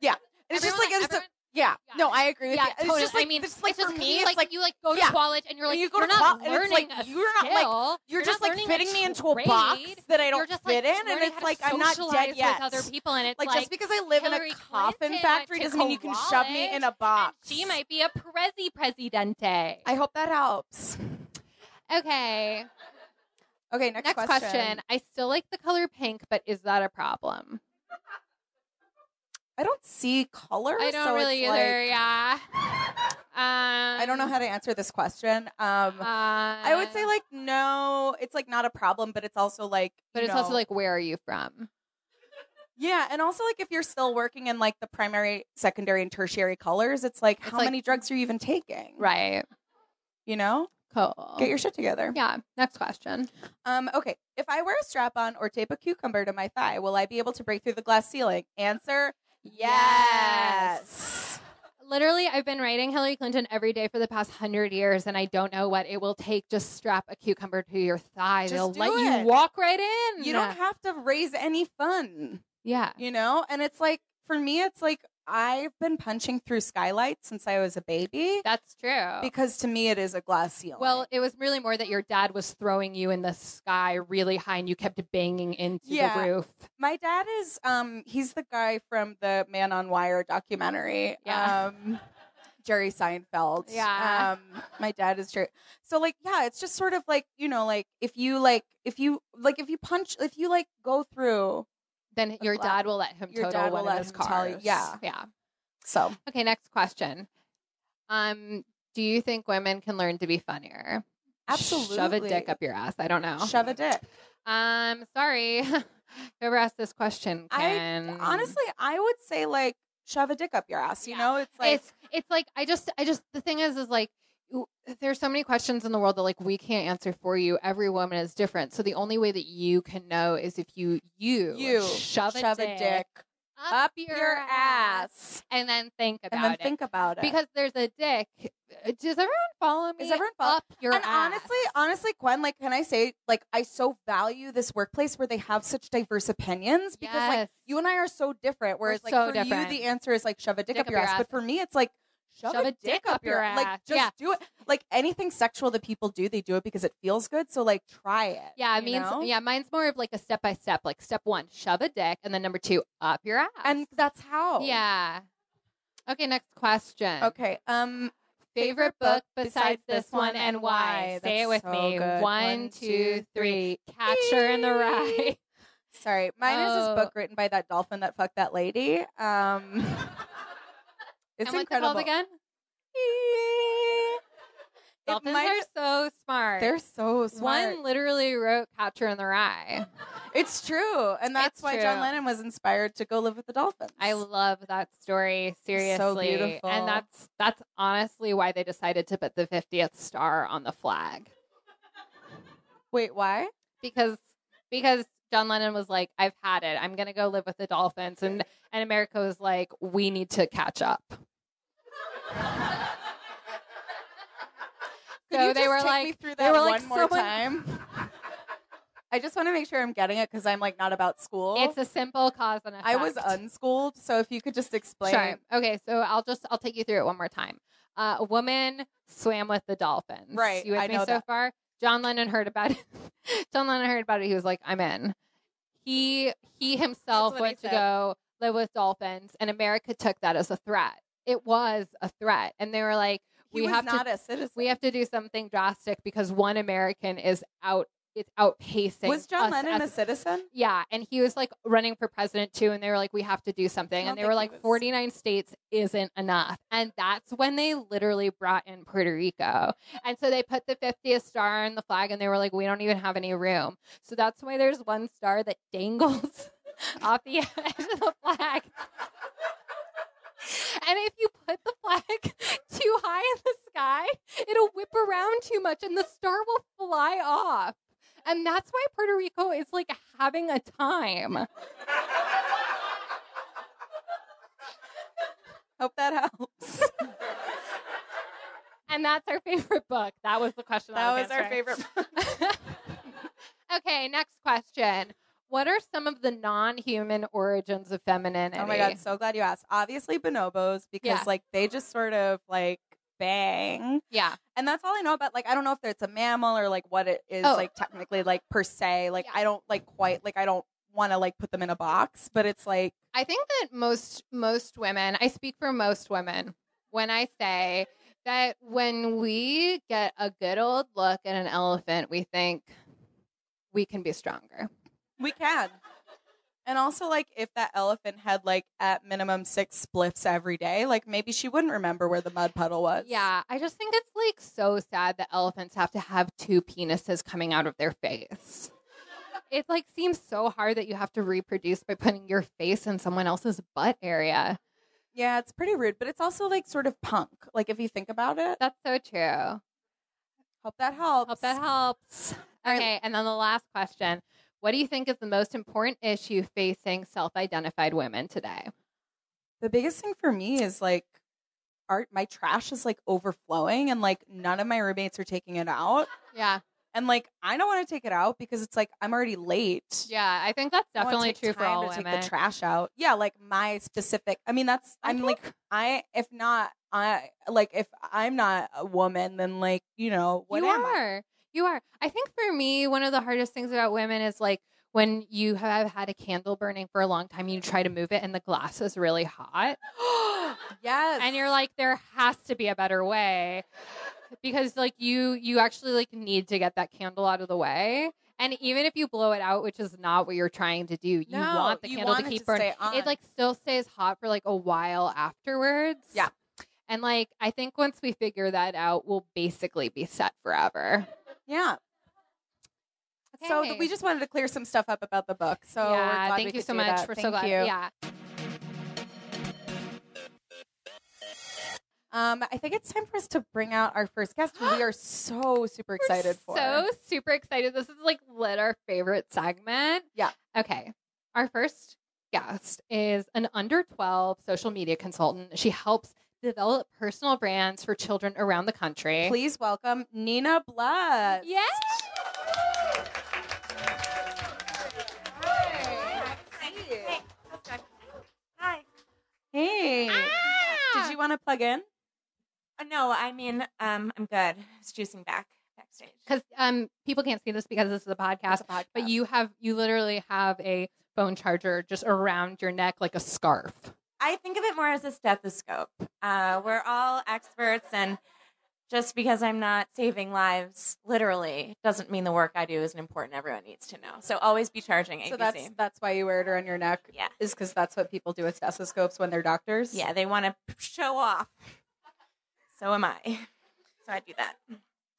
yeah and it's just like everyone- it's a, everyone- yeah. yeah. no i agree with yeah, you it's totally. just like I mean, it's like it's just for me, it's like, you like go to yeah. college and you're And like you go are to not college and it's, learning like, a you're not, like- skill. you're, You're just not like learning a fitting me into a box trade. that I You're don't just like fit in, and learning it's how to like I'm not socialize dead yet. With other people, and it's like, like, just because I live Hillary in a coffin Clinton factory went to doesn't mean you can shove me in a and box. she might be a prezi presidente. I hope that helps. okay, Okay, next, next, question. I still like the color pink, but is that a problem? I don't see color. I don't so really it's either. Like, yeah. Um, I don't know how to answer this question. Um, Uh, I would say like no, it's like not a problem, but it's also like, but you it's also know- like, where are you from? yeah, and also like if you're still working in like the primary, secondary, and tertiary colors, it's like how like- many drugs are you even taking? Right. You know, Cool. get your shit together. yeah. Next question. Um, okay. If I wear a strap on or tape a cucumber to my thigh, will I be able to break through the glass ceiling? Answer yes. Literally, I've been writing Hillary Clinton every day for the past hundred years, and I don't know what it will take. Just strap a cucumber to your thigh; Just they'll do let it. you walk right in. You don't have to raise any fun, yeah, you know? And it's like, for me, it's like I've been punching through skylights since I was a baby that's true. because to me it is a glass ceiling. Oh. well, it was really more that your dad was throwing you in the sky really high, and you kept banging into Yeah. the roof. my dad is, um, he's the guy from the Man on Wire documentary. Yeah. Um, Jerry Seinfeld. Yeah. Um, my dad is Jerry. So like, yeah, it's just sort of like you know, like if you like if you like if you punch if you like go through. Then your glad- dad will let him your total dad will one let of his him tell you- cars. yeah. yeah. So Okay, next question. Um, do you think women can learn to be funnier? Shove a Absolutely. dick up your ass. I don't know. shove a dick. Um, sorry. [LAUGHS] Whoever asked this question I- can Honestly, I would say like shove a dick up your ass. You Mm. Yeah. know, it's like it's it's like I just I just the thing is is like w- there's so many questions in the world that like we can't answer for you. Every woman is different. So the only way that you can know is if you you, you shove, a, dick up, up your, your ass ass, and then think about and then it. think about it. because there's a dick. uh, Does everyone follow me? Is everyone follow- up your and ass? honestly, honestly, Gwen, like, can I say, like, I so value this workplace where they have such diverse opinions because, like, Yes. you and I are so different. Whereas, like, so for different. you, the answer is like shove a dick, up, your ass. but for me, it's like shove, a dick, up your ass. Like, just Yeah. do it. Like anything sexual that people do, they do it because it feels good. So, like, try it. Yeah, it you means know? yeah, mine's more of like a step by step. Like step one, shove a dick, and then number two, up your ass. and that's how. yeah. Okay, next question. Okay. Um. Favorite book besides this one and why? Say That's it with so me. good. One, two, three. Catcher in [LAUGHS] the Rye. Sorry, mine is Oh. this book written by that dolphin that fucked that lady. [LAUGHS] Um, it's and what's incredible. it called again? It Dolphins might- are so smart. they're so smart. One literally wrote Catcher in the [LAUGHS] Rye. it's true, and that's It's why John true. Lennon was inspired to go live with the dolphins. I love that story. Seriously. beautiful. And that's that's honestly why they decided to put the 50th star on the flag. Wait, why? Because because John Lennon was like, I've had it. I'm gonna go live with the dolphins. And and America was like, we need to catch up. Could So you they just were take like- me through they that were one like, more someone- time. I just want to make sure I'm getting it because I'm like not about school. It's a simple cause and effect. I was unschooled, so if you could just explain. Sure. Okay, so I'll just I'll take you through it one more time. Uh, a woman swam with the dolphins. Right, You with I me know so that. far? John Lennon heard about it. [LAUGHS] John Lennon heard about it. He was like, I'm in. He he himself what he went to said. go live with dolphins, and America took that as a threat. it was a threat, and they were like, He we was have to not a citizen. we have to do something drastic because one American is out. It's outpacing. was John us Lennon a as- citizen? yeah, and he was like running for president too, and they were like, "We have to do something," don't and they think were he like, was. "49 states isn't enough," and that's when they literally brought in Puerto Rico, and so they put the 50th star in the flag, and they were like, "We don't even have any room," so that's why there's one star that dangles [LAUGHS] off the edge of the flag. And if you put the flag [LAUGHS] too high in the sky, it'll whip around too much and the star will fly off. And that's why Puerto Rico is like having a time. Hope that helps. And that's our favorite book. That was the question. I that was our answering. favorite. okay, next question. What are some of the non-human origins of femininity? Oh my god, so glad you asked. Obviously bonobos because Yeah. like they just sort of like bang. Yeah, And that's all I know about like I don't know if it's a mammal or like what it is Oh. like technically like per se. Like Yeah. I don't like quite like I don't want to like put them in a box, but it's like I think that most most women. I speak for most women when I say that when we get a good old look at an elephant, we think we can be stronger. we can. And also like if that elephant had like at minimum 6 spliffs every day, like maybe she wouldn't remember where the mud puddle was. Yeah, I just think it's like so sad that elephants have to have two penises coming out of their face. It like seems so hard that you have to reproduce by putting your face in someone else's butt area. Yeah, it's pretty rude, but it's also like sort of punk. Like if you think about it. That's so true. Hope that helps. Hope that helps. All right. Okay, and then the last question. What do you think is the most important issue facing self identified women today? The biggest thing for me is like art my trash is like overflowing and like none of my roommates are taking it out. Yeah, And like I don't want to take it out because it's like I'm already late. yeah, I think that's I don't definitely wanna take true for time all to women. Take the trash out. Yeah, like my specific I mean that's I I'm like I if not I like if I'm not a woman then like, you know, what you am I? are. [GASPS] You are. I think for me, one of the hardest things about women is like when you have had a candle burning for a long time, you try to move it and the glass is really hot. yes. and you're like there has to be a better way because like you you actually like need to get that candle out of the way and even if you blow it out which is not what you're trying to do you No, want the you candle want to it keep to burning stay on. it like still stays hot for like a while afterwards Yeah. and like i think once we figure that out we'll basically be set forever Yeah. So th- Okay. we just wanted to clear some stuff up about the book. So we're yeah glad thank we you could so do much that. we're so Thank glad you. yeah Um, I think it's time for us to bring out our first guest, who we are so super excited We're for. So super excited. This is like lit our favorite segment. Yeah. Okay. Our first guest is an under 12 social media consultant. She helps develop personal brands for children around the country. Please welcome Nina Blood. Yes. Hi. Hey. Ah. Did you want to plug in? Uh, No, I mean, um, I'm good. I was juicing back backstage. Because um, people can't see this because this is a podcast, It's a podcast. but you have you literally have a phone charger just around your neck like a scarf. I think of it more as a stethoscope. Uh, we're all experts, and just because I'm not saving lives literally doesn't mean the work I do isn't important. Everyone needs to know. So always be charging ABC. So that's that's why you wear it around your neck. Yeah. Is because that's what people do with stethoscopes when they're doctors. yeah, they want to show off. So am I. So I do that.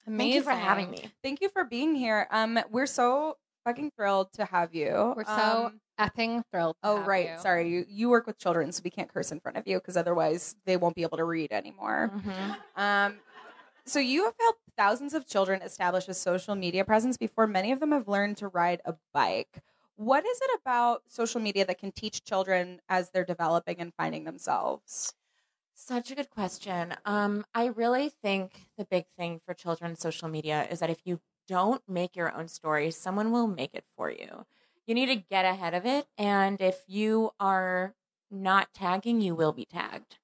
Amazing. Thank you for having me. Thank you for being here. Um, we're so fucking thrilled to have you. We're so Um, Effing thrilled. to Oh have right, you. sorry. You you work with children, so we can't curse in front of you because otherwise they won't be able to read anymore. Mm-hmm. Mm-hmm. Um, so you have helped thousands of children establish a social media presence before many of them have learned to ride a bike. What is it about social media that can teach children as they're developing and finding themselves? Such a good question. Um, I really think the big thing for children in social media is that if you don't make your own story, someone will make it for you. You need to get ahead of it. And if you are not tagging, you will be tagged.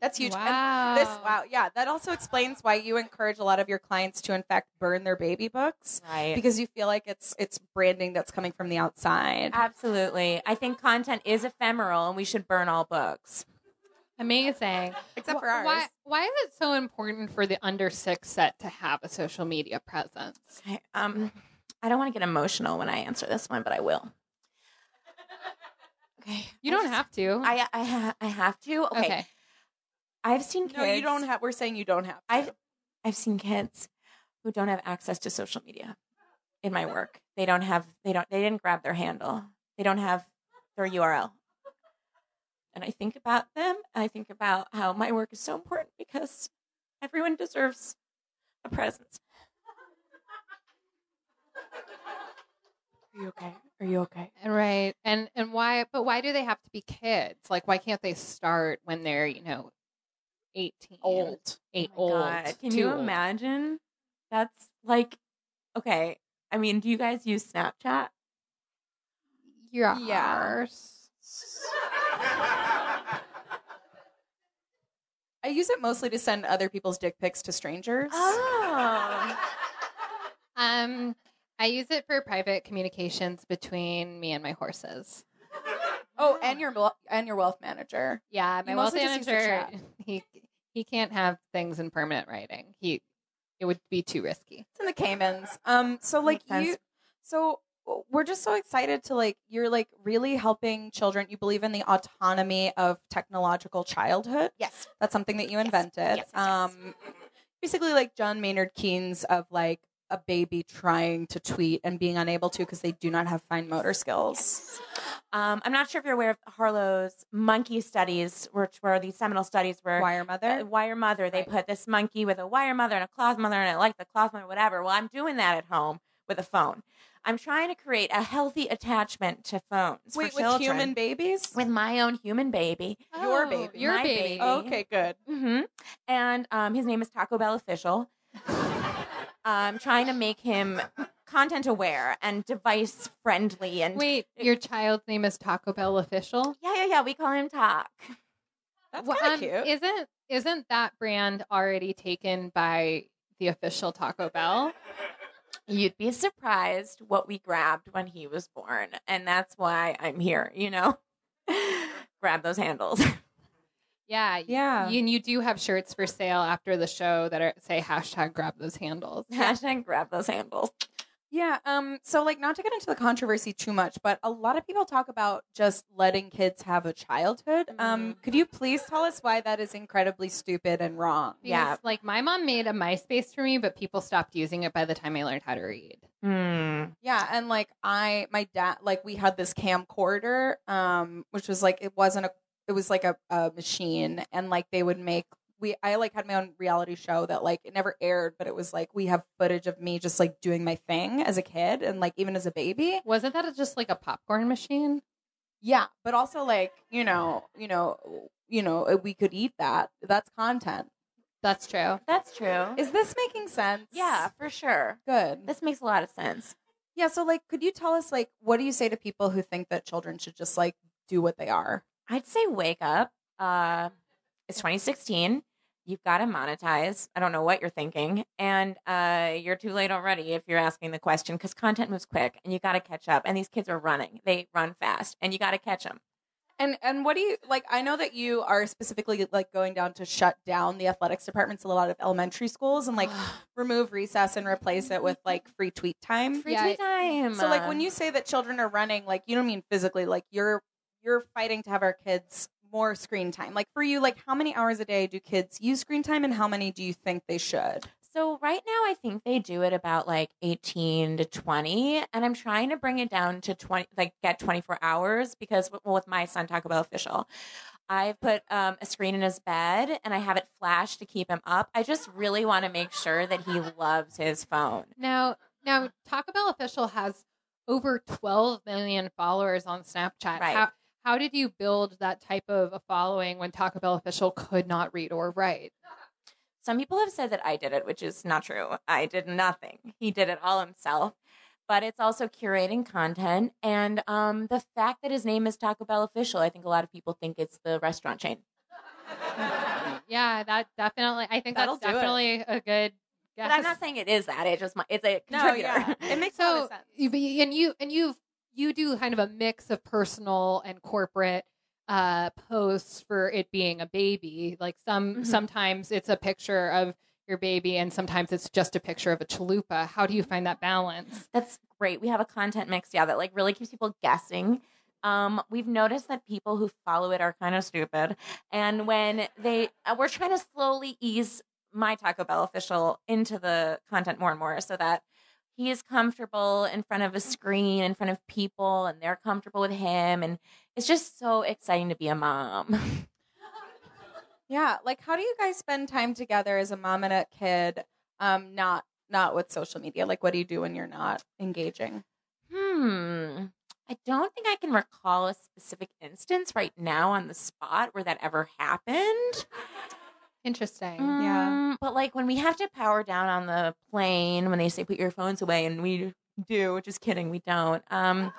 That's huge. And Wow. this wow, yeah. That also explains why you encourage a lot of your clients to in fact burn their baby books Right. because you feel like it's it's branding that's coming from the outside. Absolutely. I think content is ephemeral and we should burn all books. [LAUGHS] Amazing. Except Wh- for ours. Why, why is it so important for the under six set to have a social media presence? Okay. Um, I don't want to get emotional when I answer this one, but I will. Okay. You I don't just- have to. I I ha- I have to. Okay. okay. I've seen kids. No, you don't have. We're saying you don't have. I- to. I've seen kids who don't have access to social media in my work. They don't have. They don't. They didn't grab their handle. They don't have their URL. And I think about them. I think about how my work is so important because everyone deserves a presence. Are you okay? Are you okay? Right. And and why but why do they have to be kids? Like why can't they start when they're, you know, 18? old. Eight Oh old. my God. Can too you old. imagine? That's like, okay. I mean, do you guys use Snapchat? Yeah. Yeah. I use it mostly to send other people's dick pics to strangers. Ah. Ah. Oh. Um I use it for private communications between me and my horses. Oh, and your wel- and your wealth manager. Yeah, my wealth mostly just use it for manager [LAUGHS] he he can't have things in permanent writing. He it would be too risky. It's in the Caymans. Um, so like Makes sense. you, so we're just so excited to like you're like really helping children. You believe in the autonomy of technological childhood. Yes. That's something that you Yes. invented. Yes, yes, yes. Um, basically like John Maynard Keynes of like a baby trying to tweet and being unable to because they do not have fine motor skills. [LAUGHS] Um, I'm not sure if you're aware of Harlow's monkey studies, which were these seminal studies where Wire mother. uh, wire mother, they Right. put this monkey with a wire mother and a cloth mother, and I like the cloth mother, whatever. Well, I'm doing that at home with a phone. I'm trying to create a healthy attachment to phones. Wait, for with children. human babies? with my own human baby. Your baby. Oh, Your My baby. baby. Oh, okay, good. Mm-hmm. And um, his name is Taco Bell Official. [LAUGHS] I'm trying to make him content aware and device friendly and Wait, your child's name is Taco Bell official? yeah, yeah, yeah. We call him Tac. That's Well, kind of um, cute. Isn't isn't that brand already taken by the official Taco Bell? [LAUGHS] You'd be surprised what we grabbed when he was born, and that's why I'm here. You know, [LAUGHS] grab those handles. [LAUGHS] Yeah, y- Yeah. You, and you do have shirts for sale after the show that are say hashtag grab those [LAUGHS] handles. Hashtag grab those handles. Yeah. Um. So, like, not to get into the controversy too much, but a lot of people talk about just letting kids have a childhood. Um. Could you please tell us why that is incredibly stupid and wrong? Because, Yeah. like my mom made a MySpace for me, but people stopped using it by the time I learned how to read. Mm. Yeah. And like, I, my dad, like, we had this camcorder, um, which was like, it wasn't a, it was like a, a machine, and like they would make. We, I like had my own reality show that like it never aired, but it was like we have footage of me just like doing my thing as a kid and like even as a baby. Wasn't that just like a popcorn machine? Yeah, but also like you know, you know, you know, uh, we could eat that. That's content. That's true. That's true. Is this making sense? yeah, for sure. good. This makes a lot of sense. Yeah. So, like, could you tell us, like, what do you say to people who think that children should just like do what they are? I'd say wake up. Uh, it's 2016. You've got to monetize. I don't know what you're thinking. And uh, you're too late already if you're asking the question because content moves quick and you got to catch up. And these kids are running, they run fast and you got to catch them. And and what do you like? I know that you are specifically like going down to shut down the athletics departments in a lot of elementary schools [SIGHS] and like remove recess and replace it with like free tweet time. Mm, Free Yeah, tweet time. uh So like when you say that children are running, like you don't mean physically, like you're you're fighting to have our kids more screen time. Like for you, like how many hours a day do kids use screen time and how many do you think they should? So right now, I think they do it about like 18 to 20, and I'm trying to bring it down to 20, like get 24 hours because well, with my son Taco Bell official, I've put um, a screen in his bed and I have it flashed to keep him up. I just really want to make sure that he loves his phone. Now, now Taco Bell official has over 12 million followers on Snapchat. Right. How, how did you build that type of a following when Taco Bell official could not read or write? Some people have said that I did it, which is not true. I did nothing. He did it all himself. But it's also curating content and um, the fact that his name is Taco Bell official. I think a lot of people think it's the restaurant chain. Yeah, that definitely. I think That'll that's do it. definitely a good guess. But I'm not saying it is that. It just mi- it's a contributor. [LAUGHS] it makes a [LAUGHS] lot so. of sense. you- but you- And you and you you do kind of a mix of personal and corporate uh, posts for it being a baby. Like some Mhm. sometimes it's a picture of your baby, and sometimes it's just a picture of a chalupa. How do you find that balance? That's great. We have a content mix, yeah, that like really keeps people guessing. Um, we've noticed that people who follow it are kind of stupid, and when they uh, we're trying to slowly ease my Taco Bell official into the content more and more, so that he is comfortable in front of a screen, in front of people, and they're comfortable with him, and it's just so exciting to be a mom. Yeah, like how do you guys spend time together as a mom and a kid? Um, not not with social media. Like, what do you do when you're not engaging? Hmm. I don't think I can recall a specific instance right now on the spot where that ever happened. Interesting. Yeah. Mm, But like when we have to power down on the plane, when they say put your phones away, and we do, just kidding, we don't. Um,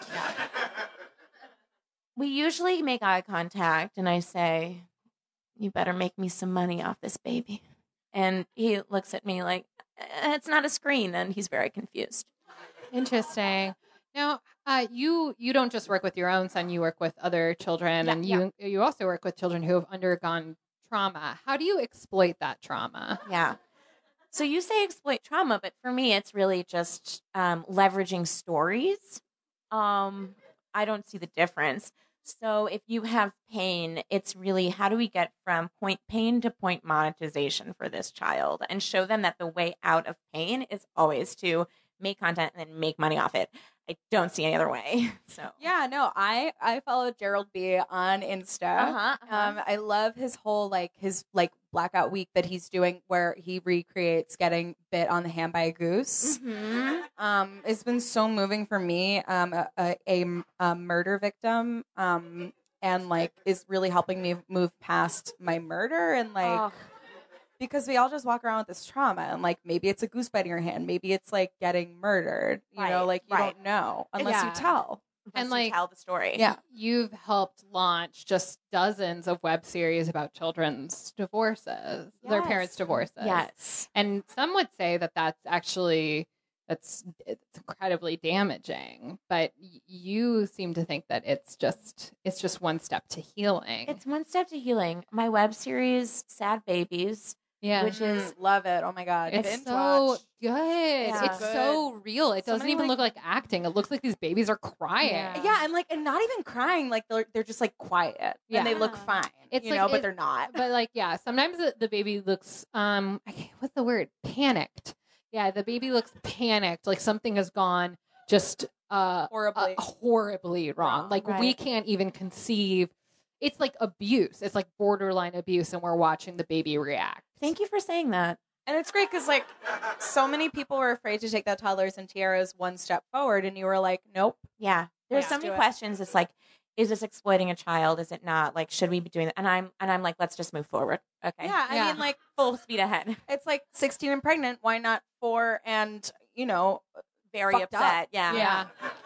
we usually make eye contact, and I say, "You better make me some money off this baby," and he looks at me like "Eh, it's not a screen, and he's very confused. Interesting. Now, uh, you you don't just work with your own son; you work with other children, Yeah, and you you also work with children who have undergone trauma. How do you exploit that trauma? Yeah. So you say exploit trauma, but for me, it's really just um, leveraging stories. Um, I don't see the difference. So if you have pain, it's really how do we get from point pain to point monetization for this child and show them that the way out of pain is always to make content and then make money off it. I don't see any other way. [LAUGHS] So Yeah, no, I I follow Gerald B on Insta. Uh-huh, uh-huh. Um, I love his whole like his like blackout week that he's doing where he recreates getting bit on the hand by a goose. Mhm. Um, it's been so moving for me. Um, a, a, a, a murder victim. Um, and like is really helping me move past my murder and like Oh, because we all just walk around with this trauma and like maybe it's a goose biting your hand maybe it's like getting murdered you Right, know like you right. don't know unless Yeah. you tell and like- like tell the story. Yeah. You've helped launch just dozens of web series about children's divorces, their Yes. parents' divorces. Yes. and some would say that that's actually that's it's incredibly damaging. But y- you seem to think that it's just it's just one step to healing. It's one step to healing. My web series, Sad Babies, yeah. Which is- love it oh my god It's Binge so watch. good. Yeah. It's so real. It So doesn't many, even like- look like acting. It looks like these babies are crying. Yeah. yeah and like and not even crying like they're, they're just like quiet and they look Yeah. fine It's you like know it- but they're not But like, yeah, sometimes the, the baby looks um, I can't, what's the word? Panicked. Yeah, the baby looks panicked. Like something has gone just uh, horribly horribly, uh, horribly wrong. Wrong, Like we right. can't even conceive. It's like abuse. It's like borderline abuse, and we're watching the baby react. Thank you for saying that. [LAUGHS] and it's great because like so many people were afraid to take that toddlers and tiaras one step forward and you were like nope Yeah. There's Yeah. so Let's many do it. questions. It's like, is this exploiting a child? Is it not? Like, should we be doing that? And I'm and I'm like, let's just move forward. Okay. yeah i Yeah. mean like Full speed ahead. [LAUGHS] it's like 16 and pregnant why not four and you know Very Fucked up. upset. Yeah. Yeah.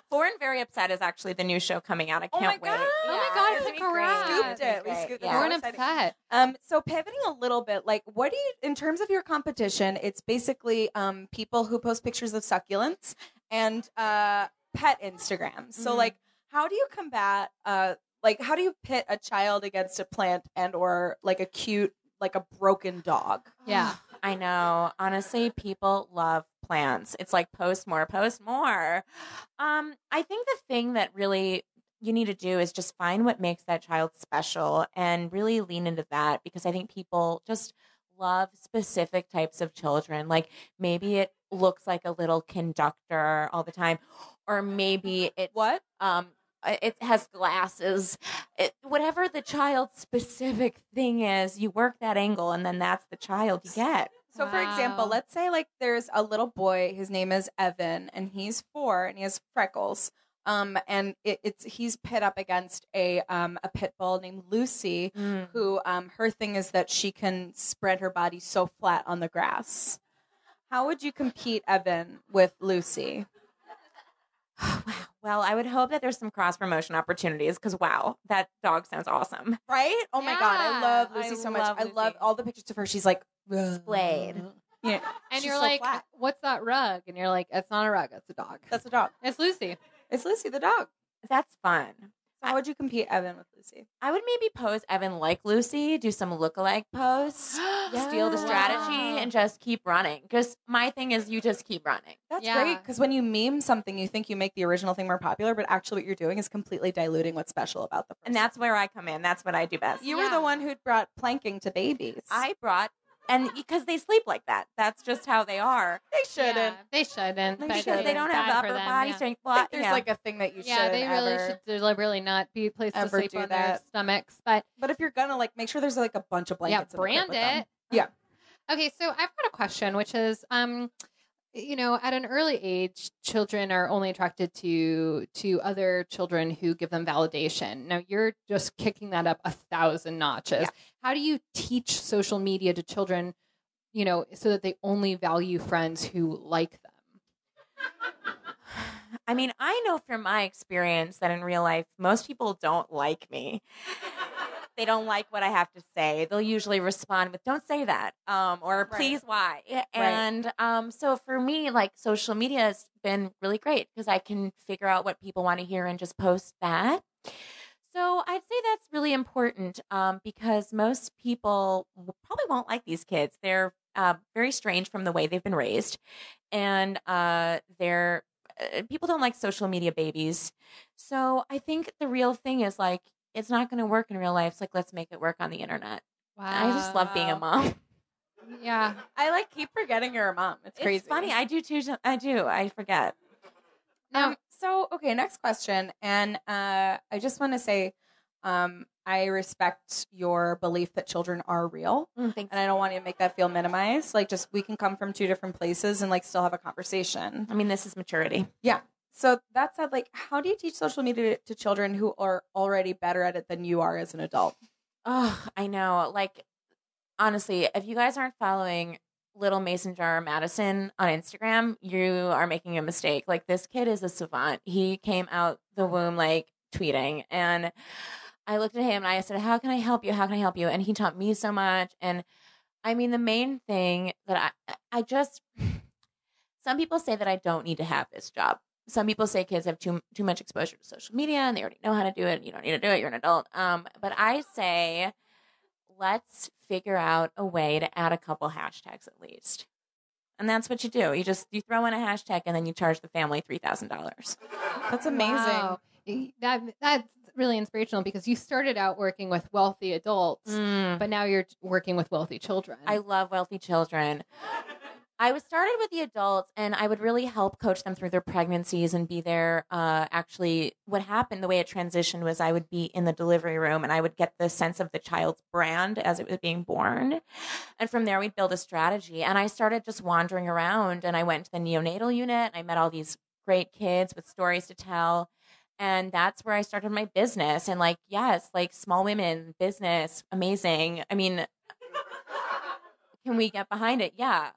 Four and Very Upset is actually the new show coming out. I Oh my can't God. wait. Oh my Yeah, God, it's it's gonna be great. correct. It's gonna be We great. scooped it. Yeah. We're So exciting. upset. Um, so pivoting a little bit, like what do you in terms of your competition? It's basically um, people who post pictures of succulents and uh, pet Instagrams. So Mhm. like, how do you combat? Uh, like, how do you pit a child against a plant and or like a cute, like a broken dog? Yeah. I know. Honestly, people love plants. It's like post more, post more. Um, I think the thing that really you need to do is just find what makes that child special and really lean into that because I think people just love specific types of children. Like maybe it looks like a little conductor all the time, or maybe it What? um uh, it has glasses it, whatever the child's specific thing is you work that angle and then that's the child you get So, for example, Wow. let's say like there's a little boy. His name is Evan, and he's four, and he has freckles. Um, and it, it's he's pit up against a um a pit bull named Lucy, Mm. who um her thing is that she can spread her body so flat on the grass. How would you compete, Evan, with Lucy? wow well i would hope that there's some cross promotion opportunities because wow that dog sounds awesome Right? Oh my god, I Yeah, love Lucy I so much. love I love Lucy. all the pictures of her. She's like Splayed. Yeah, And she's you're so like, flat. "What's that rug?" And you're like, "It's not a rug. It's a dog. [GASPS] that's a dog. it's Lucy." It's Lucy the dog. that's fun How would you compete Evan with Lucy? I would maybe pose Evan like Lucy, do some lookalike posts, steal the Yeah. strategy, and just keep running. Because my thing is, you just keep running. That's Yeah. great because when you meme something, you think you make the original thing more popular, but actually, what you're doing is completely diluting what's special about the person. And that's where I come in. That's what I do best. you were Yeah. the one who brought planking to babies. I brought, and because they sleep like that, that's just how they are. they shouldn't. Yeah, they shouldn't. They but Because it they is don't have bad for upper them, body yeah. strength. I Well, think there's yeah. like a thing that you Yeah, should. they really ever. should deliberately not be placed to ever sleep do on their that. stomachs. But But if you're gonna like, make sure there's like a bunch of blankets. yeah, in the crib brand with them. it. Yeah. Okay, so I've got a question, which is, um, you know, at an early age, children are only attracted to to other children who give them validation. Now you're just kicking that up a thousand notches. Yeah. How do you teach social media to children, you know, so that they only value friends who like them? I mean, I know from my experience that in real life, most people don't like me. they don't like what I have to say. They'll usually respond with "Don't say that," um, or Right. "Please, why?" And um, so for me, like social media has been really great because I can figure out what people want to hear and just post that. So I'd say that's really important um, because most people w- probably won't like these kids. They're uh, very strange from the way they've been raised, and uh, they're uh, people don't like social media babies. So I think the real thing is like it's not going to work in real life. It's like let's make it work on the internet. Wow, I just love being a mom. Uh, Yeah, I like keep forgetting you're a mom. It's, crazy. It's funny. I do too. I do. I forget. Now- Um, so okay, next question, and uh, I just want to say, um, I respect your belief that children are real, Mm, thanks. and I don't want you to make that feel minimized. Like, just we can come from two different places and like still have a conversation. I mean, this is maturity. So that said, like, how do you teach social media to children who are already better at it than you are as an adult? Oh, I know. Like, honestly, if you guys aren't following Little Mason Jar Madison on Instagram, you are making a mistake. Like, this kid is a savant. He came out the womb like tweeting. And I looked at him and I said, How can I help you? How can I help you? And he taught me so much. And I mean, the main thing that I, I just, [SIGHS] some people say that I don't need to have this job. Some people say kids have too too much exposure to social media and they already know how to do it. You don't need to do it. You're an adult. Um, but I say, let's figure out a way to add a couple hashtags at least. And that's what you do. You just you throw in a hashtag and then you charge the family three thousand dollars. That's amazing. Wow. Y- That that's really inspirational because you started out working with wealthy adults, Mm. but now you're working with wealthy children. I love wealthy children. I was started with the adults, and I would really help coach them through their pregnancies and be there. Uh, actually, what happened, the way it transitioned, was I would be in the delivery room and I would get the sense of the child's brand as it was being born. And from there, we'd build a strategy. And I started just wandering around, and I went to the neonatal unit, and I met all these great kids with stories to tell. And that's where I started my business. And, like, yes, like small women business, amazing. I mean, can we get behind it? Yeah.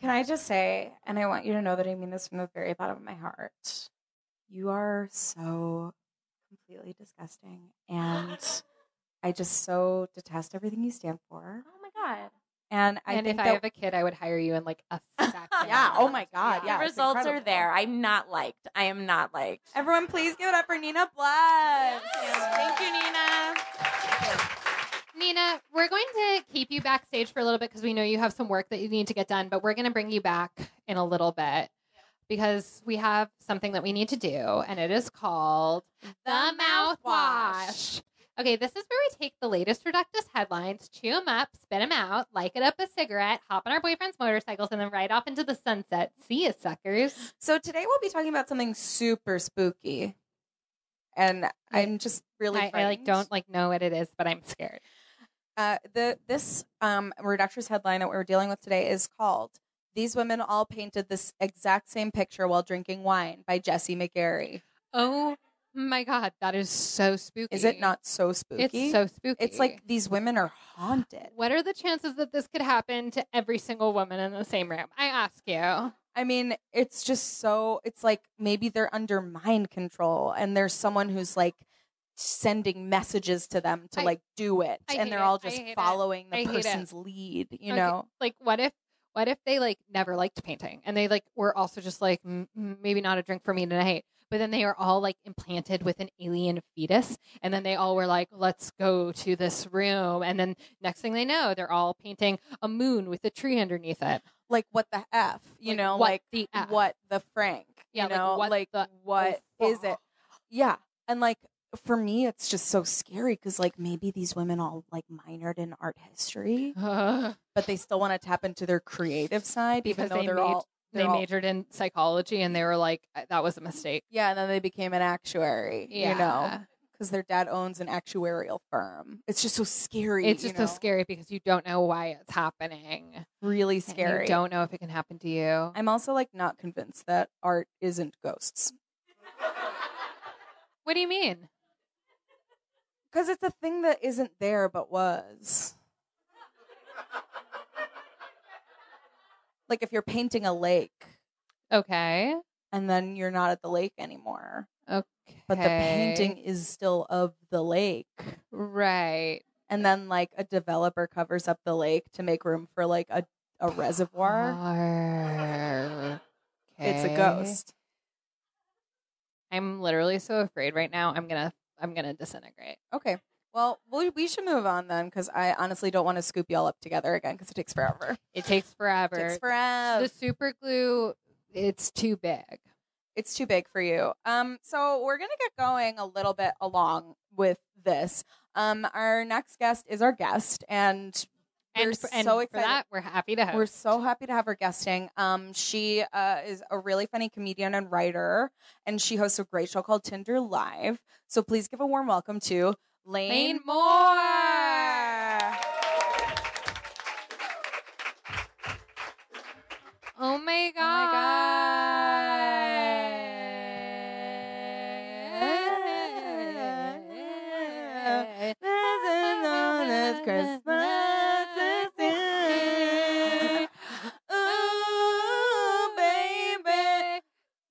Can I just say, and I want you to know that I mean this from the very bottom of my heart, you are so completely disgusting. And [LAUGHS] I just so detest everything you stand for. Oh my god. And I and think if I that, have a kid, I would hire you in like a second. [LAUGHS] Yeah, oh my God, yeah. the it's results are incredible. there. I'm not liked. I am not liked. everyone please give it up for Nina Blood. Thank you, Nina. Nina, we're going to keep you backstage for a little bit because we know you have some work that you need to get done, but we're going to bring you back in a little bit because we have something that we need to do, and it is called the mouthwash. Okay, this is where we take the latest Reductus headlines, chew them up, spit them out, like it up a cigarette, hop on our boyfriend's motorcycles, and then ride off into the sunset. See ya, suckers. So today we'll be talking about something super spooky. And I'm just really I, I like frightened. don't like know what it is, but I'm scared. Uh, the this um, reductress headline that we're dealing with today is called "These Women All Painted This Exact Same Picture While Drinking Wine" by Jesse McGarry. Oh my god, that is so spooky. Is it not so spooky? It's so spooky. It's like these women are haunted. What are the chances that this could happen to every single woman in the same room? I ask you. I mean, it's just so. It's like maybe they're under mind control, and there's someone who's like sending messages to them to I- like do it, I hate and they're it. all I just hate it. following the I hate it. person's lead. You Okay. know, Like, what if What if they like never liked painting and they like were also just like "Mm, mm, maybe not a drink for me tonight. But then they are all like implanted with an alien fetus, and then they all were like, "Let's go to this room." And then next thing they know, they're all painting a moon with a tree underneath it. Like what the f? You Like, know, what like the F? what the frank? Yeah, you like, know, what like the- what oh, is it? Yeah, and like for me, it's just so scary because like maybe these women all like minored in art history, Ugh. but they still want to tap into their creative side, Because even though they are made- all [SIGHS] they they're all- majored in psychology, and they were like, "I- "That was a mistake." Yeah, and then they became an actuary. Yeah. You know, because their dad owns an actuarial firm. It's just so scary. It's you just know? so scary because you don't know why it's happening. and Really you scary. don't know if it can happen to you. I'm also like not convinced that art isn't ghosts What do you mean? because it's a thing that isn't there but was. Like if you're painting a lake Okay. and then you're not at the lake anymore, Okay. but the painting is still of the lake. Right. And then like a developer covers up the lake to make room for like a, a reservoir. Arr. [LAUGHS] It's a Okay. ghost. I'm literally so afraid right now. I'm gonna I'm gonna disintegrate. Okay. Well, we, we should move on then because I honestly don't want to scoop y'all up together again because it takes forever. It takes It takes forever. forever. The super glue, it's too big. It's too big for you. Um, so we're gonna get going a little bit along with this. Um, our next guest is our guest, and we're and, for- and so for excited. that, we're happy to host. We're so happy to have her guesting. Um, she uh, is a really funny comedian and writer, and she hosts a great show called Tinder Live. So please give a warm welcome to Lane, Lane Moore. Oh my god. [LAUGHS] God.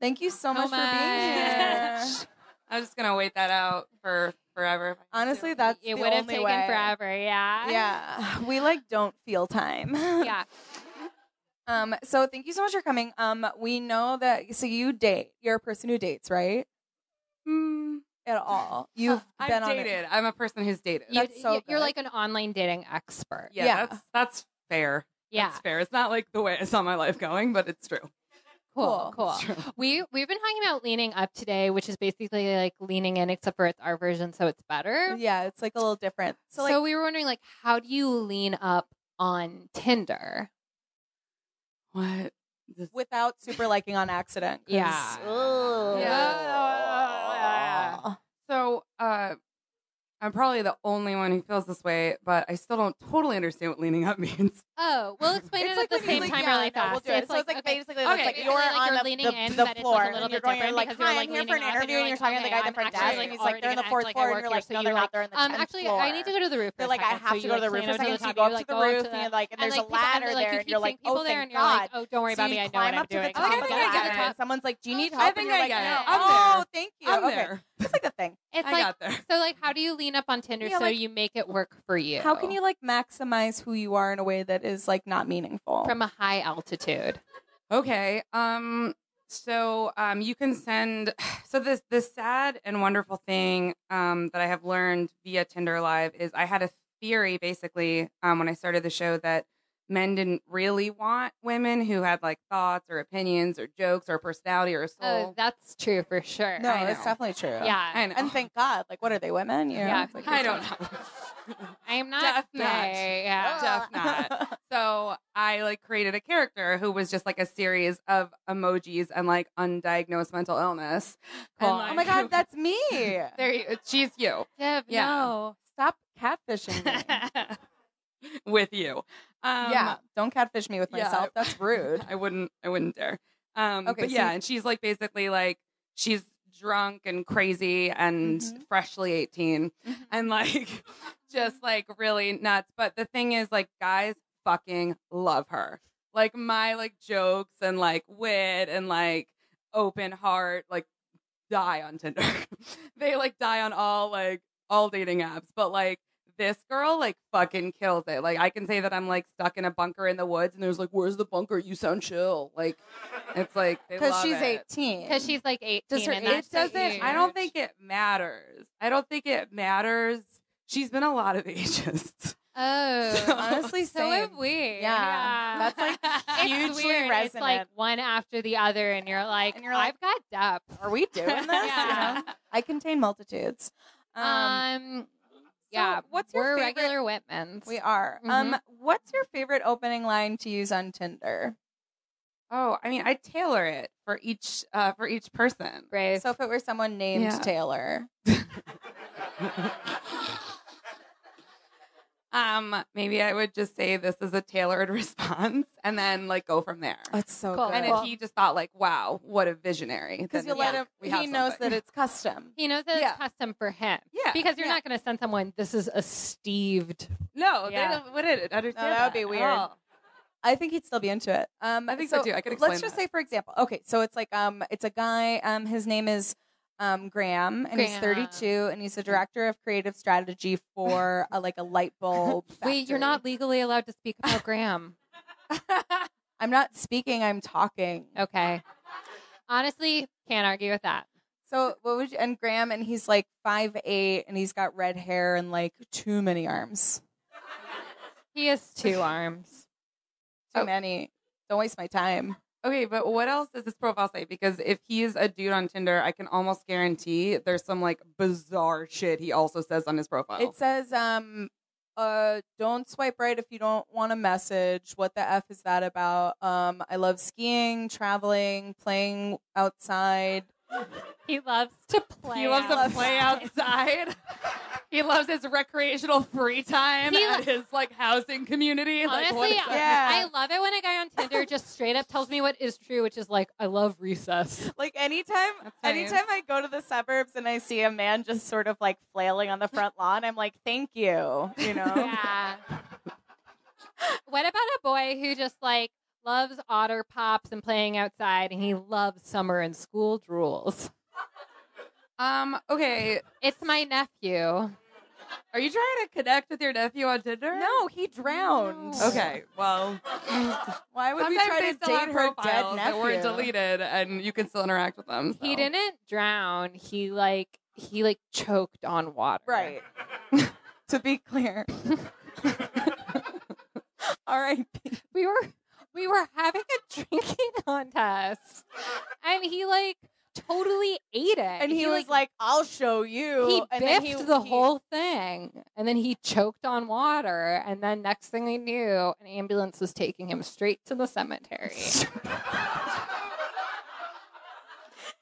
Thank you so much, for being here. much. [LAUGHS] I was just gonna wait that out for forever. if I had to. Honestly, that's It the would have only taken way. forever, yeah. Yeah, [LAUGHS] we like don't feel time. Yeah. [LAUGHS] Um. So thank you so much for coming. Um. We know that. So you date. You're a person who dates, right? Hmm. At all. [LAUGHS] You've I've been on it. dated. I'm a person who's dated. You, That's so you're good. like an online dating expert. yeah, yeah. That's, that's fair. Yeah. That's fair. It's not like the way I saw my life going, but it's true. Cool, cool. cool. It's true. We we've been talking about leaning up today, which is basically like leaning in, except for it's our version, so it's better. Yeah. It's like a little different. So So, like. we were wondering, like, how do you lean up on Tinder? What? This- Without super liking on accident. 'cause- Yeah. Ugh. Yeah. So, uh, I'm probably the only one who feels this way, but I still don't totally understand what leaning up [LAUGHS] means. Oh, we'll explain It's it like at the when same you like- time yeah, really no, fast. we'll do it. it's So like, it's like okay, basically that's okay, like basically you're like on you're the, leaning the, in, the but it's like a floor little and you're bit going, you're different like, because you're, hi, like, I'm here for leaning up and an interview you're and you're like, talking to the okay, guy at the I'm front actually, desk like, and he's like, already they're on the gonna fourth act like I floor and work you're here, like, so you, no, they're like- not. They're on the Um, 10th actually, floor. I need to go to the roof. for They're a like, I second. have So to you, go to the like, roof say for no a second. the top, So you go up to like, the go roof and you're like, and and, there's a like, people under- ladder like, there you and keep seeing you're like, people oh, there, thank and you're like, God. oh, don't worry So about you me. I know climb what I'm up to doing. the I'll top Okay, get of the I think I get ladder, it. and someone's like, "Do you need I help?" think and you're I like, get it. "No." I'm oh, there. thank you. I'm okay, there. it's like a thing. It's I like got there. so, like, how do you lean up on Tinder Yeah, so like- you make it work for you? How can you like maximize who you are in a way that is like not Oh. meaningful? from a high altitude? Okay. Um. So um, you can send. [SIGHS] So this the sad and wonderful thing um, that I have learned via Tinder Live is I had a theory basically um, when I started the show that men didn't really want women who had like thoughts or opinions or jokes or personality or a Oh, soul. that's true for sure. no, I it's know. definitely true. yeah, I know. and thank God. Like, what are they, women? You know, Yeah. it's like- I don't [LAUGHS] know. I am not Death not. gay. Yeah. Death not. so I like created a character who was just like a series of emojis and like undiagnosed mental illness. Cool. And, oh like- my [LAUGHS] God, that's me. there you, she's [LAUGHS] you. Dev, Yeah. no. Stop catfishing me. with you. Um, yeah, don't catfish me with yeah. myself. That's rude. I wouldn't. I wouldn't dare. Um, Okay, but so yeah, you- and she's like basically like she's drunk and crazy and Mhm. freshly 18 Mhm. and like [LAUGHS] just like really nuts. But the thing is, like guys fucking love her. Like my like jokes and like wit and like open heart like [LAUGHS] die on Tinder. they like die on all like all dating apps, but like this girl like fucking kills it. Like I can say that I'm like stuck in a bunker in the woods, and there's like, where's the bunker? You sound chill. Like it's like because because she's it. 18. because she's like 18. Does her and age- that's It the doesn't. age. I don't think it matters. I don't think it matters. She's been a lot of [LAUGHS] ages. Oh, honestly so [LAUGHS] same. have we. Yeah. That's, like, [LAUGHS] It's hugely weird. It's like resonant. one after the other, and you're like, And you're like, I've got depth. Are we doing [LAUGHS] this? Yeah. You know? I contain multitudes. Um, Um, yeah. what's your we're favorite- regular Whitmans. we are. mm-hmm. Um, what's your favorite opening line to use on Tinder? [LAUGHS] Oh, I mean, I tailor it for each uh, for each person. Brave. So if it were someone named Yeah. Taylor, [LAUGHS] Um, maybe I would just say this is a tailored [LAUGHS] response, and then like go from there. that's so Cool. And Cool. if he just thought like, "Wow, what a visionary," Because then you it's let like, him, we he have knows something. that it's custom. he knows that Yeah. it's custom for him. [LAUGHS] Yeah, Because you're yeah. not going to send someone, this is a steved. Yeah. no, they don't, wouldn't understand. No, that would be at weird. all. I think he'd still be into it. Um, I think so, too. I could Let's explain just that. say, for example, okay, so it's like um, it's a guy. Um, his name is um Graham, and he's Graham. 32, and he's the director of creative strategy for a, like a light bulb. [LAUGHS] Wait, you're factory. not legally allowed to speak [LAUGHS] about Graham. I'm not speaking. I'm talking. Okay. Honestly, can't argue with that. So what would you? And Graham, and he's like five eight, and he's got red hair and like too many arms. He has two arms. Too Oh. many. Don't waste my time. Okay, but what else does this profile say? Because if he's a dude on Tinder, I can almost guarantee there's some like bizarre shit he also says on his profile. It says, um, uh, don't swipe right if you don't want a message. What the F is that about? Um, I love skiing, traveling, playing outside. He loves to play. he loves to [LAUGHS] outside. play outside. he loves his recreational free time He lo- at his like housing community. like, what Honestly, is yeah. that? Yeah. I love it when a guy on [LAUGHS] Tinder just straight up tells me what is true, which is like, I love recess. Like anytime That's nice. anytime I go to the suburbs and I see a man just sort of like flailing on the front lawn, I'm like, Thank you. You know? [LAUGHS] [LAUGHS] Yeah. what about a boy who just like loves otter pops and playing outside and he loves summer and school drools? Um. Okay. It's my nephew. Are you trying to connect with your nephew on Tinder? No, he drowned. No. Okay. Well, Why would sometimes we try they to still date have her dead profiles that nephew? were deleted, and you can still interact with them. He Oh. so. didn't drown. He like he like choked on water. Right. to be clear. All right. We were we were having a [LAUGHS] drinking contest. And he like totally ate it. And he, was like, I'll show you. he and biffed the he- whole thing, and then he choked on water. And then next thing I knew, an ambulance was taking him straight to the cemetery. [LAUGHS]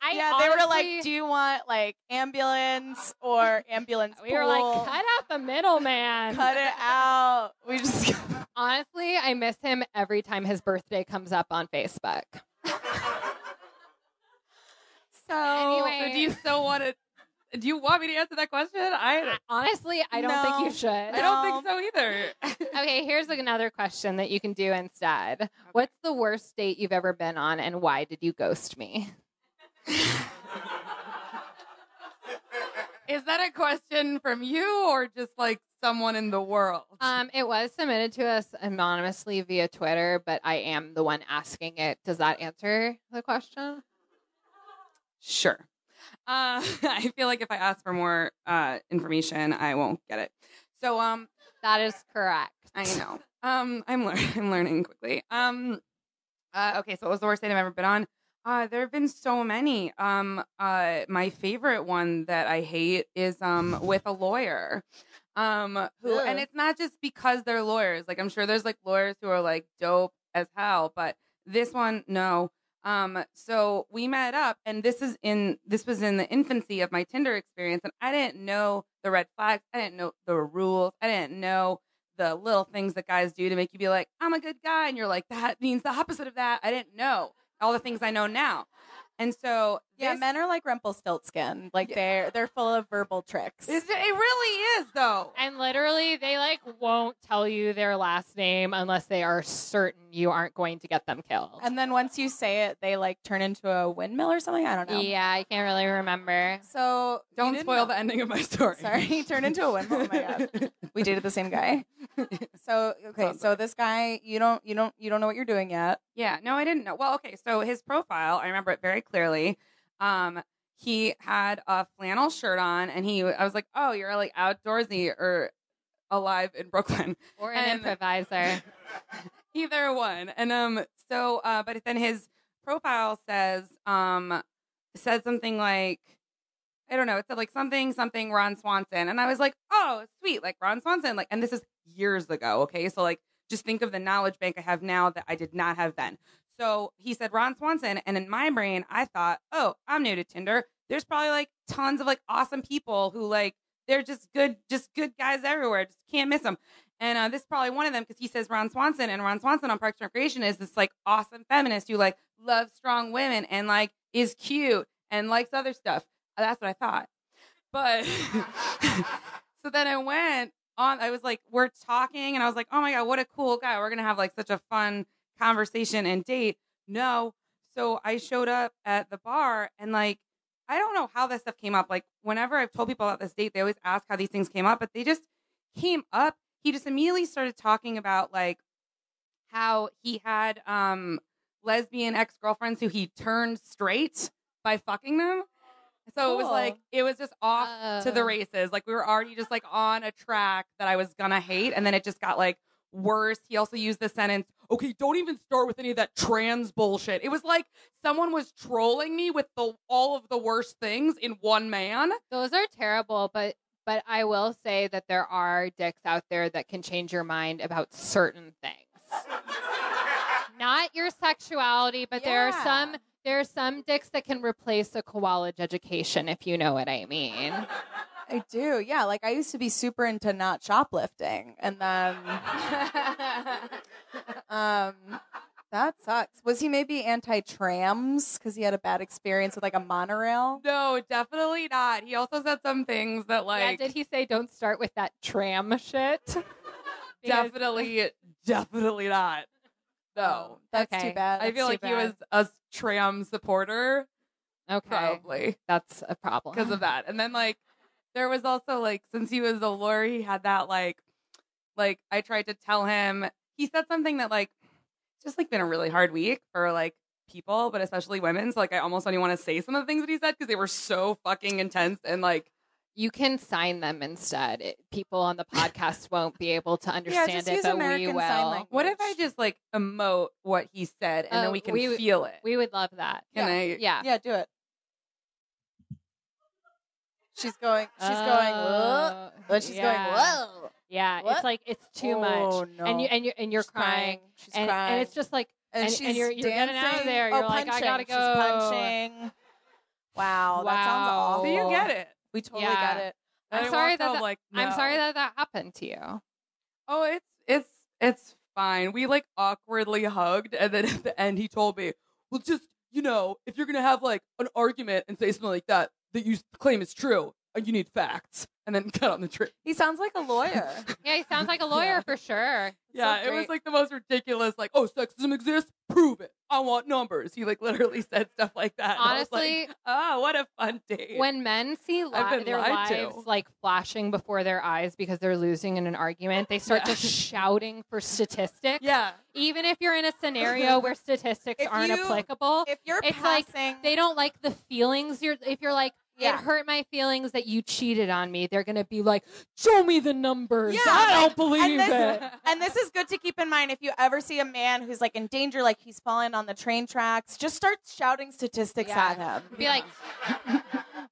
I yeah, they were like, honestly- "Do you want like ambulance or ambulance?" we were like, pool? cut out the middleman. Cut it out. We just Honestly, I miss him every time his birthday comes up on Facebook. so Anyway. So do you still want to? Do you want me to answer that question? I Honestly, I don't think you No. should. I don't think so [LAUGHS] either. Okay, here's another question that you can do instead. What's the worst date you've ever been on, and why did you ghost me? Is that a question from you or just like someone in the world? Um, it was submitted to us anonymously via Twitter, but I am the one asking it. Does that answer the question? Sure. Uh, [LAUGHS] I feel like if I ask for more uh, information, I won't get it. So, um, That is correct. I know. Um, I'm learning. [LAUGHS] I'm learning quickly. Um, uh, okay. So, what was the worst date I've ever been on? Uh, there have been so many. Um, uh, my favorite one that I hate is um with a lawyer. Um, who and Ugh. it's not just because they're lawyers. Like I'm sure there's like lawyers who are like dope as hell, but this one, no. Um, so we met up, and this is in this was in the infancy of my Tinder experience, and I didn't know the red flags, I didn't know the rules, I didn't know the little things that guys do to make you be like, I'm a good guy, and you're like, that means the opposite of that. I didn't know all the things I know now, and so Yeah, This- men are like Rumpelstiltskin. Like they're they're full of verbal tricks. Is it, it really is though. And literally, they like won't tell you their last name unless they are certain you aren't going to get them killed. and then once you say it, they like turn into a windmill or something. I don't know. Yeah, I can't really remember. So you Don't didn't spoil know- the ending of my story. [LAUGHS] Sorry, turn into a windmill. Oh my god. we dated the same [LAUGHS] guy. So okay, Sounds so this guy, you don't, you don't, you don't know what you're doing yet. Yeah, no, I didn't know. Well, okay, so his profile, I remember it very clearly. Um, he had a flannel shirt on, and he, I was like, oh, you're like outdoorsy or alive in Brooklyn, Or an And- improviser. [LAUGHS] either one. And um, so, uh, but then his profile says, um, says something like, I don't know, it said like something, something Ron Swanson, and I was like, oh, sweet, like Ron Swanson, like, and this is years ago, okay, so like, just think of the knowledge bank I have now that I did not have then. So he said Ron Swanson, and in my brain, I thought, oh, I'm new to Tinder. There's probably like tons of like awesome people who like they're just good, just good guys everywhere. Just can't miss them. And uh, this is probably one of them because he says Ron Swanson, and Ron Swanson on Parks and Recreation is this like awesome feminist who like loves strong women and like is cute and likes other stuff. Uh, That's what I thought. But [LAUGHS] so then I went on. I was like, we're talking, and I was like, oh my god, what a cool guy. We're gonna have like such a fun conversation and date. No. So I showed up at the bar and like I don't know how this stuff came up. Like whenever I've told people about this date, they always ask how these things came up, but they just came up. He just immediately started talking about like how he had um lesbian ex-girlfriends who he turned straight by fucking them. So it was Cool. like it was just off to the Oh. races. Like we were already just like on a track that I was gonna hate, and then it just got like worse. He also used the sentence, "Okay, don't even start with any of that trans bullshit." It was like someone was trolling me with the all of the worst things in one man. [LAUGHS] Those are terrible, but but I will say that there are dicks out there that can change your mind about certain things. Not your sexuality, but there are Yeah. some there are some dicks that can replace a college education if you know what I mean. I do, yeah. Like I used to be super into not shoplifting, and then um, that sucks. Was he maybe anti-trams because he had a bad experience with like a monorail? No, definitely not. He also said some things that like yeah, did he [LAUGHS] say don't start with that tram shit? Because- definitely, definitely not. No, that's Okay. too bad. I feel like too he was bad. a tram supporter Okay. Oh. probably That's a problem. because of that. And then like there was also like since he was a lawyer, he had that like like I tried to tell him he said something that like it's just like been a really hard week for like people, but especially women. So like I almost don't even want to say some of the things that he said because they were so fucking intense and like You can sign them instead. It, people on the podcast won't be able to Yeah, understand just it, use but American we will. Sign Language. What if I just like emote what he said and Oh, then we can we- feel it? We would love that. can yeah. I? Yeah. Yeah, do it. She's going. She's going. "Whoa," Oh, but she's yeah. going. Whoa. Yeah, What? it's like it's too Oh, much, and you no. and you and you're She's crying, She's and, crying. and it's just like and, And- she's and you're- you're dancing. getting out of there. You're oh, like, I punching. gotta She's go. punching. Wow, that sounds Wow. awful. So you get it. We totally Yeah. got it. I'm I sorry walked that home the- like, I'm no. sorry that that happened to you. Oh, it's it's it's fine. We like awkwardly hugged, and then [LAUGHS] at the end, he told me, "Well, just you know, if you're gonna have like an argument and say something like that that you claim is true, uh, you need facts." And then [LAUGHS] cut on the tree. He sounds like a lawyer. [LAUGHS] Yeah, he sounds [LAUGHS] like a lawyer for sure. Yeah, it was great. like the most ridiculous. Like, oh, sexism exists. Prove it. I want numbers. He like literally [LAUGHS] said stuff like that. and I was like, Honestly, oh, what a fun date. when men see li- I've been their lied to. lives like flashing before their eyes because they're losing in an argument, they start [LAUGHS] Yeah. just shouting for statistics. yeah, Even if you're in a [LAUGHS] scenario where statistics If aren't you- applicable, if you're It's like passing, they don't like the feelings you're if you're like Yeah. it hurt my feelings that you cheated on me they're gonna be like show me the numbers Yeah, i don't like, believe and this- it [LAUGHS] and this is good to keep in mind if you ever see a man who's like in danger, like he's fallen on the train tracks, just start shouting statistics Yeah. at him. be like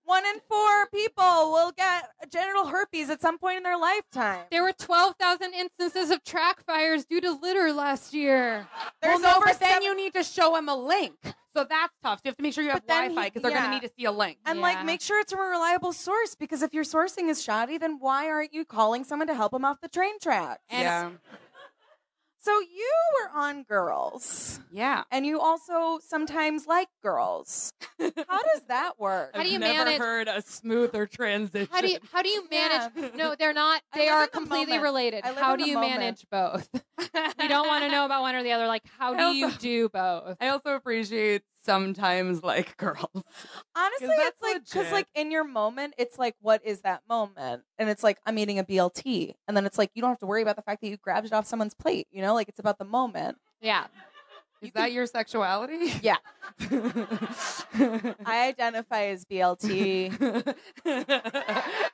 One in four people will get genital herpes at some point in their lifetime. there were 12,000 instances of track fires due to litter last year There's well, no, over but then seven- you need to show him a link. So that's tough. So you have to make sure you have But then he- Wi-Fi because they're going yeah. to need to see a link. And Yeah. like, make sure it's from a reliable source because if your sourcing is shoddy, then why aren't you calling someone to help him off the train tracks? And- Yeah. So you were on girls, Yeah. and you also sometimes like girls. How does that work? How do you I've never manage- heard a smoother transition. How do [LAUGHS] you how do you manage? Yeah. No, they're not. I They live are in the completely moment. related. I live How in do the you moment. manage [LAUGHS] both? we don't want to know about one or the other. Like, how do I you also- do both? I also appreciate sometimes like girls. Honestly, 'Cause that's it's like because legit. like in your moment, it's like what is that moment? And it's like I'm eating a BLT, and then it's like you don't have to worry about the fact that you grabbed it off someone's plate. You know, like it's about the moment. [LAUGHS] Yeah. Is that your [LAUGHS] sexuality? Yeah. I identify as BLT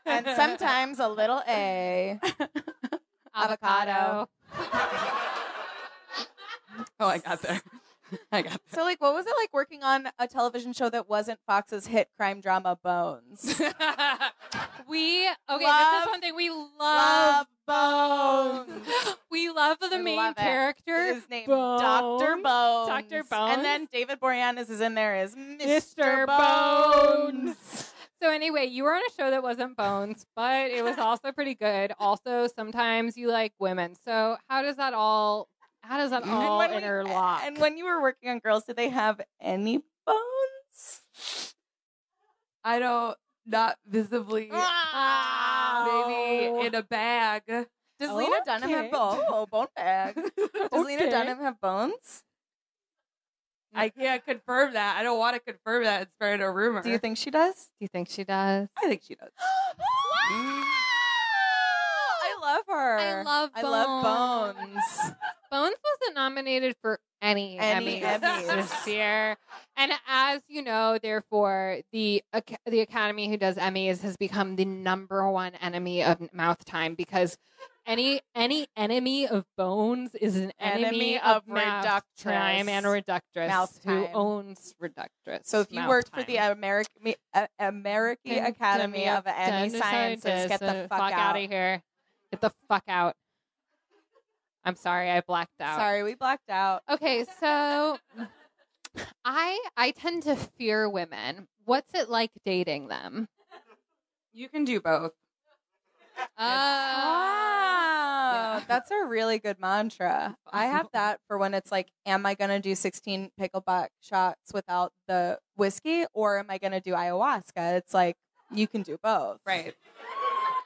and sometimes a little A. Avocado. Avocado. [LAUGHS] Oh, I got there. [LAUGHS] I got So like, what was it like working on a television show that wasn't Fox's hit crime drama [LAUGHS] Bones? there. We okay. this Love- is one thing we love. Bones. We love the We main love it. character. His name Bones. Doctor Bones. Dr. And Bones. then David Boreanaz is in there as Mr. Mr. Bones. Bones. So anyway, you were on a show that wasn't Bones, but it [LAUGHS] was also pretty good. Also, sometimes you like women. So how does that all? How [LAUGHS] does that And all when we- interlock? And when you were working on Girls, did they have any bones? I don't, not visibly, maybe in a [LAUGHS] bag. Does Lena Dunham have bone? Oh, bone bag. Does Lena Okay. Dunham have bones? I can't confirm that. I don't want to confirm that and spread a rumor. Do you think she [GASPS] does? Do you think she does? I think she does. I love her. I love I love Bones. bones. Bones wasn't nominated for any, Any Emmys, Emmys. [LAUGHS] this year, and as you know, therefore the Ac- the Academy who does Emmys has become the number one enemy of mouth time because any any enemy of Bones is an enemy, Enemy of, of mouth Reductress. time and Reductress Mouth who time. owns Reductress. So if you Mouth worked for Time. the American uh, American Academy Academy of Any Done Sciences, get the fuck out. of here. Get the fuck out. I'm sorry, I blacked out. Sorry, we blacked out. Okay, so I I tend to fear women. What's it like dating them? You can do both. Uh, Wow, Oh, that's a really [LAUGHS] good mantra. I have that for when it's like, am I gonna do sixteen pickleback shots without the whiskey, or am I gonna do ayahuasca? It's like you can do both. Right.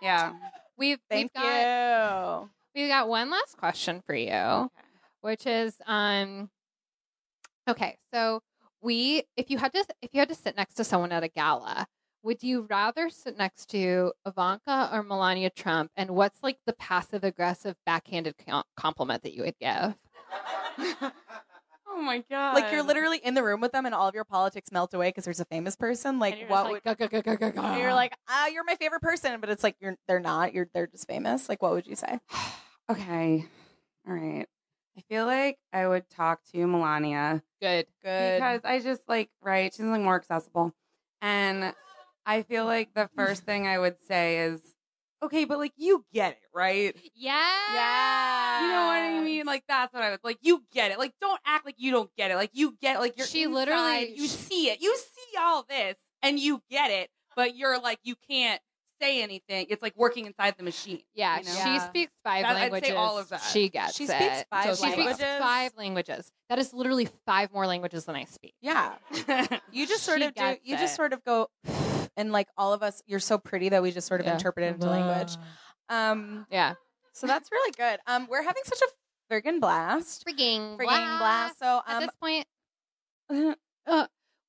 Yeah. we've Thank we've got you. we've got one last question for you, which is um okay, so we if you had to if you had to sit next to someone at a gala, would you rather sit next to Ivanka or Melania Trump? And what's like the passive aggressive backhanded com- compliment that you would give? [LAUGHS] Oh my god. Like you're literally in the room with them, and all of your politics melt away because there's a famous person. Like And you're just what would like, "Gah, gah, gah, gah, gah, gah." And you're like, ah, you're my favorite person, but it's like you're they're not. You're they're just famous. Like, what would you say? okay. All right. I feel like I would talk to Melania good. because I just like right. She's like more accessible, and I feel like the first thing I would say is, okay, but like you get it, right? Yeah. yeah, You know what I mean? Like that's what I would like. You get it. Like don't act like you don't get it. Like you get like you're She inside, literally- you see it. You see all this and you get it, but you're like you can't say anything. It's like working inside the machine. Yeah, you know? she speaks five That- I'd say languages. all of that. She gets She it. speaks five she languages. speaks five languages. That is literally five more languages than I speak. yeah. You just sort She of do. gets You just it. sort of go, [SIGHS] and like all of us, you're so pretty that we just sort of Yeah. Uh-huh. interpret it into language. Um, Yeah. so that's really good. Um, we're having such a friggin' blast. Frigging, Friggin' blast. So At um, this point, uh,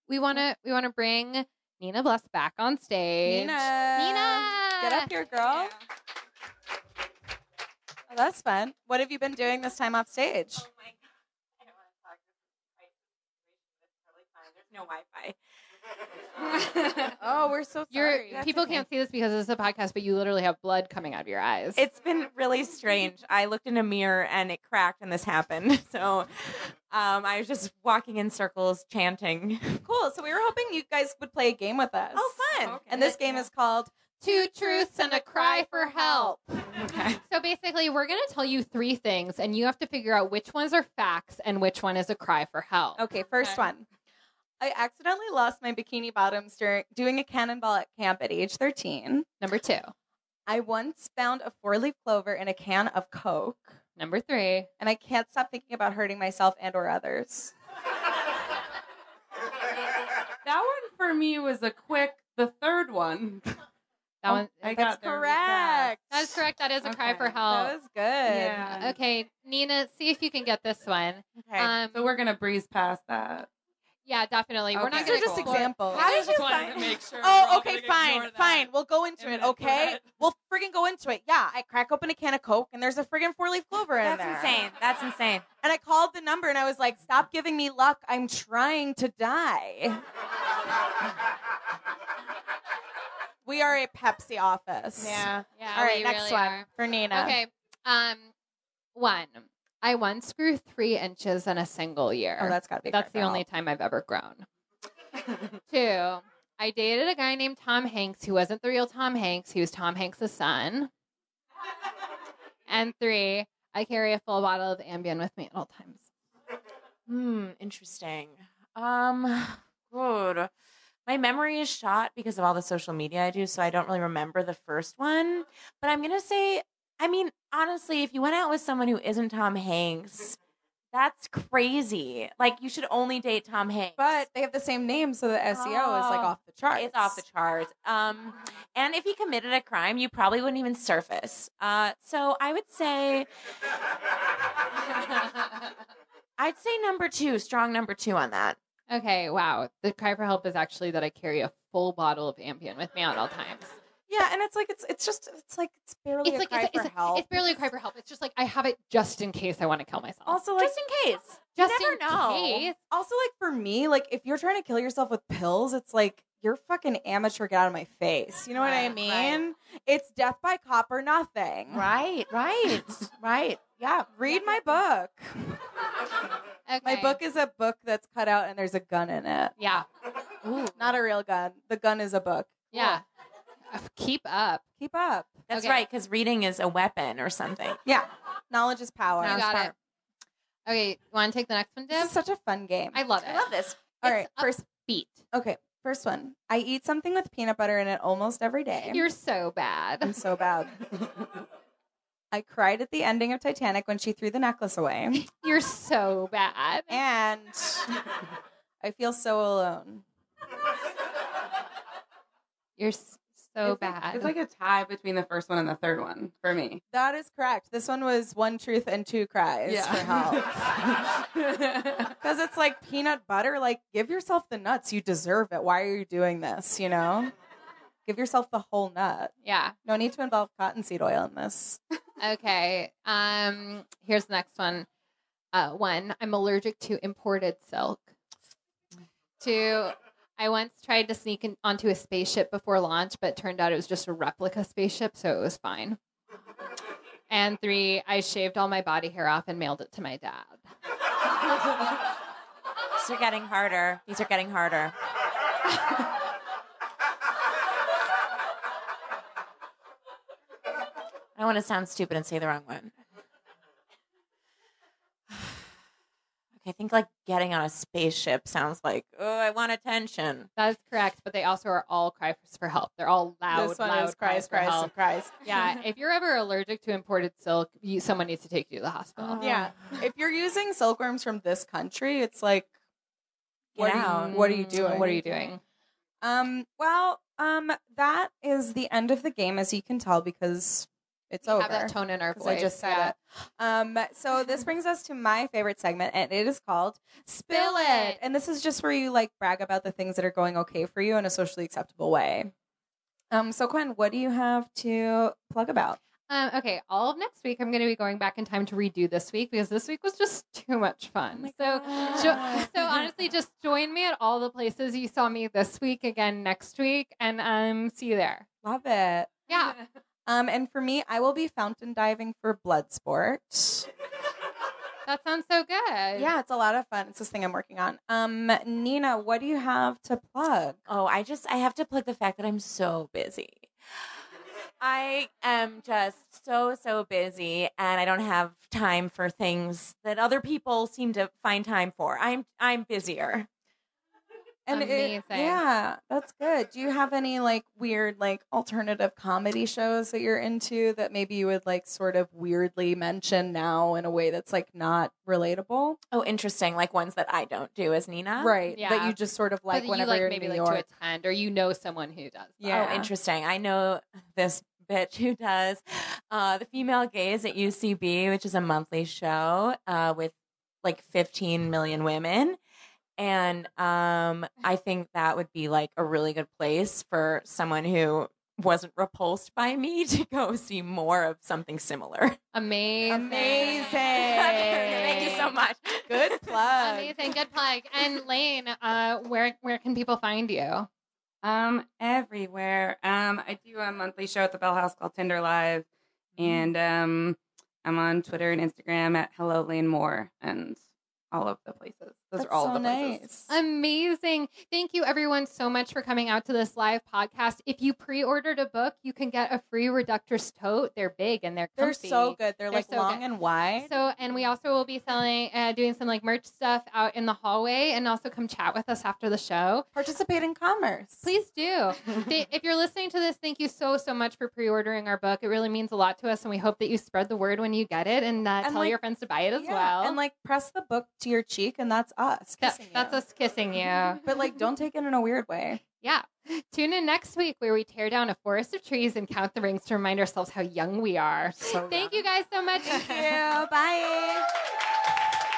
we want to we want to bring Nina Bless back on stage. Nina, Nina, get up here, girl. Oh, that's fun. What have you been doing this time off stage? Oh No [LAUGHS] Wi-Fi. [LAUGHS] Oh, we're so You're, sorry. That's people okay. can't see this because it's a podcast, but you literally have blood coming out of your eyes. It's been really strange. I looked in a mirror and it cracked, and this happened. [LAUGHS] So, um, I was just walking in circles, chanting. Cool. So we were hoping you guys would play a game with us. Oh, fun! And this game is called two truths and a cry for help. Okay. So basically, we're going to tell you three things, and you have to figure out which ones are facts and which one is a cry for help. Okay, first Okay. one. I accidentally lost my bikini bottoms during doing a cannonball at camp at age 13. Number two. I once found a four-leaf clover in a can of Coke. Number three. and I can't stop thinking about hurting myself and or others. That one for me was a quick. The third one. Oh, Oh. That one. I That's got there really fast. correct. That's correct. That is a cry Okay. for That help. was good. Yeah. was- Okay, Nina, see if you can get this one. Okay. Um, So we're gonna breeze past that. yeah, definitely. We're not Okay. These are going just cool. examples. How did just you wanted to find- make sure. we're Oh, all okay, gonna fine, ignore that. fine. We'll go into And it, then okay? that. We'll friggin' go into it. Yeah, I crack open a can of Coke and there's a friggin' four leaf clover in That's there. insane. That's insane. And I called the number and I was like, stop giving me luck. I'm trying to [LAUGHS] die. we are a Pepsi office. Yeah, All right, we next really one are. for Nina. Okay. Um, one. I once grew three inches in a single year. Oh, that's gotta be. That's the Cracker only time I've ever [LAUGHS] grown. Two, I dated a guy named Tom Hanks who wasn't the real Tom Hanks. He was Tom Hanks' son. and three, I carry a full bottle of Ambien with me at all times. Hmm, interesting. Um, [SIGHS] good. My memory is shot because of all the social media I do, so I don't really remember the first one. But I'm gonna say, I mean, honestly, if you went out with someone who isn't Tom Hanks, that's crazy. Like, you should only date Tom Hanks. But they have the same name, so the SEO is like Oh, off the charts. It's off the charts. Um, and if he committed a crime, you probably wouldn't even surface. Uh, so I would say, [LAUGHS] I'd say number two, strong number two on that. Okay, wow. The cry for help is actually that I carry a full bottle of Ambien with me at all times. Yeah, and it's like it's it's just it's like it's barely it's a like cry it's, for it's, help. it's barely a cry for help. It's just like I have it just in case I want to kill myself. also, like Just in case. just never in know. case. also like for me, like if you're trying to kill yourself with pills, it's like you're fucking amateur. Get out of my face. You know what I Right, mean? right. It's death by cop or nothing. Right, right, right. Yeah. Read my book. Okay. My book is a book that's cut out and there's a gun in it. Yeah. Not a real gun. The gun is a book. Yeah. Keep up. Keep up. That's Okay. right, because reading is a weapon or something. Yeah. Knowledge is power. You Sounds got smart. it. Okay, you want to take the next one, This is Deb? such a fun game. I love it. I love this. All it's right. up- First, Beat. okay. First one. I eat something with peanut butter in it almost every day. You're so bad. I'm so bad. I cried at the ending of Titanic when she threw the necklace away. You're so bad. And I feel so alone. [LAUGHS] You're s- so It's like- bad. it's like a tie between the first one and the third one for me. That is correct. This one was one truth and two cries for help. [LAUGHS] [LAUGHS] Because it's like peanut butter. Like, give yourself the nuts. You deserve it. Why are you doing this? You know? Give yourself the whole nut. yeah. No need to involve cottonseed oil in this. Okay. Um. Here's the next one. Uh, one. I'm allergic to imported silk. Two. I once tried to sneak in, onto a spaceship before launch, but turned out it was just a replica spaceship, so it was fine. And three, I shaved all my body hair off and mailed it to my dad. These are getting harder. These are getting harder. I don't want to sound stupid and say the wrong one. Okay, I think like getting on a spaceship sounds like, oh, I want attention. That is correct, but they also are all cries for help. They're all loud, this one loud is cries, for cries, help. and cries. Yeah, if you're ever allergic to imported silk, you, someone needs to take you to the hospital. Yeah. Um, If you're using silkworms from this country, it's like, what Get are, out. you, what are you Mm, doing? What are you doing? Um, well, um, that is the end of the game, as you can tell, because it's We over. have that tone in our 'cause voice. I just said yeah. it. Um, so this brings us to my favorite segment, and it is called Spill Spill It. It. And this is just where you like brag about the things that are going okay for you in a socially acceptable way. Um, so Quinn, what do you have to plug about? Um, okay, all of next week, I'm going to be going back in time to redo this week because this week was just [LAUGHS] too much fun. Oh so, jo- so honestly, just join me at all the places you saw me this week again next week, and um, see you there. Love it. Yeah, [LAUGHS] Um, and for me, I will be fountain diving for Bloodsport. that sounds so good. Yeah, it's a lot of fun. It's this thing I'm working on. Um, Nina, what do you have to plug? Oh, I just I have to plug the fact that I'm so busy. I am just so so busy and I don't have time for things that other people seem to find time for. I'm I'm busier. And it- Amazing. yeah, that's good. Do you have any like weird like alternative comedy shows that you're into that maybe you would like sort of weirdly mention now in a way that's like not relatable? Oh, interesting. Like ones that I don't do as Nina. right. Um, That yeah. you just sort of like But you whenever like you're in maybe New like to York. attend, or you know someone who does. that. Yeah. Oh, interesting. I know [LAUGHS] this bitch who does uh, the female gaze at UCB, which is a monthly show uh, with like 15 million women. And um, I think that would be like a really good place for someone who wasn't repulsed by me [LAUGHS] to go see more of something similar. [LAUGHS] Amazing. Thank you so much. [LAUGHS] Good plug. Amazing. Good plug. And Lane, uh, where where can people find you? Um, everywhere. Um, I do a monthly show at the Bell House called Tinder Live, Mm-hmm. and um, I'm on Twitter and Instagram at Hello Lane Moore and all of the places. Those That's are all so of the places. nice. Amazing. Thank you, everyone, so much for coming out to this live podcast. If you pre ordered a book, you can get a free Reductors tote. They're big and they're They're comfy. so good. They're They're, like so long good. and wide. So, and we also will be selling, uh, doing some like merch stuff out in the hallway and also come chat with us after the show. Participate in commerce. Please [LAUGHS] do. Th- if you're listening to this, thank you so, so much for pre ordering our book. It really means a lot to us, and we hope that you spread the word when you get it and, uh, And, tell like- your friends to buy it as Yeah, well. And like press the book to your cheek and that's us. That- kissing that's you. us kissing you. [LAUGHS] But like don't take it in a weird way. Yeah. Tune in next week where we tear down a forest of trees and count the rings to remind ourselves how young we are. So [LAUGHS] Thank you guys so [LAUGHS] much. you. Bye.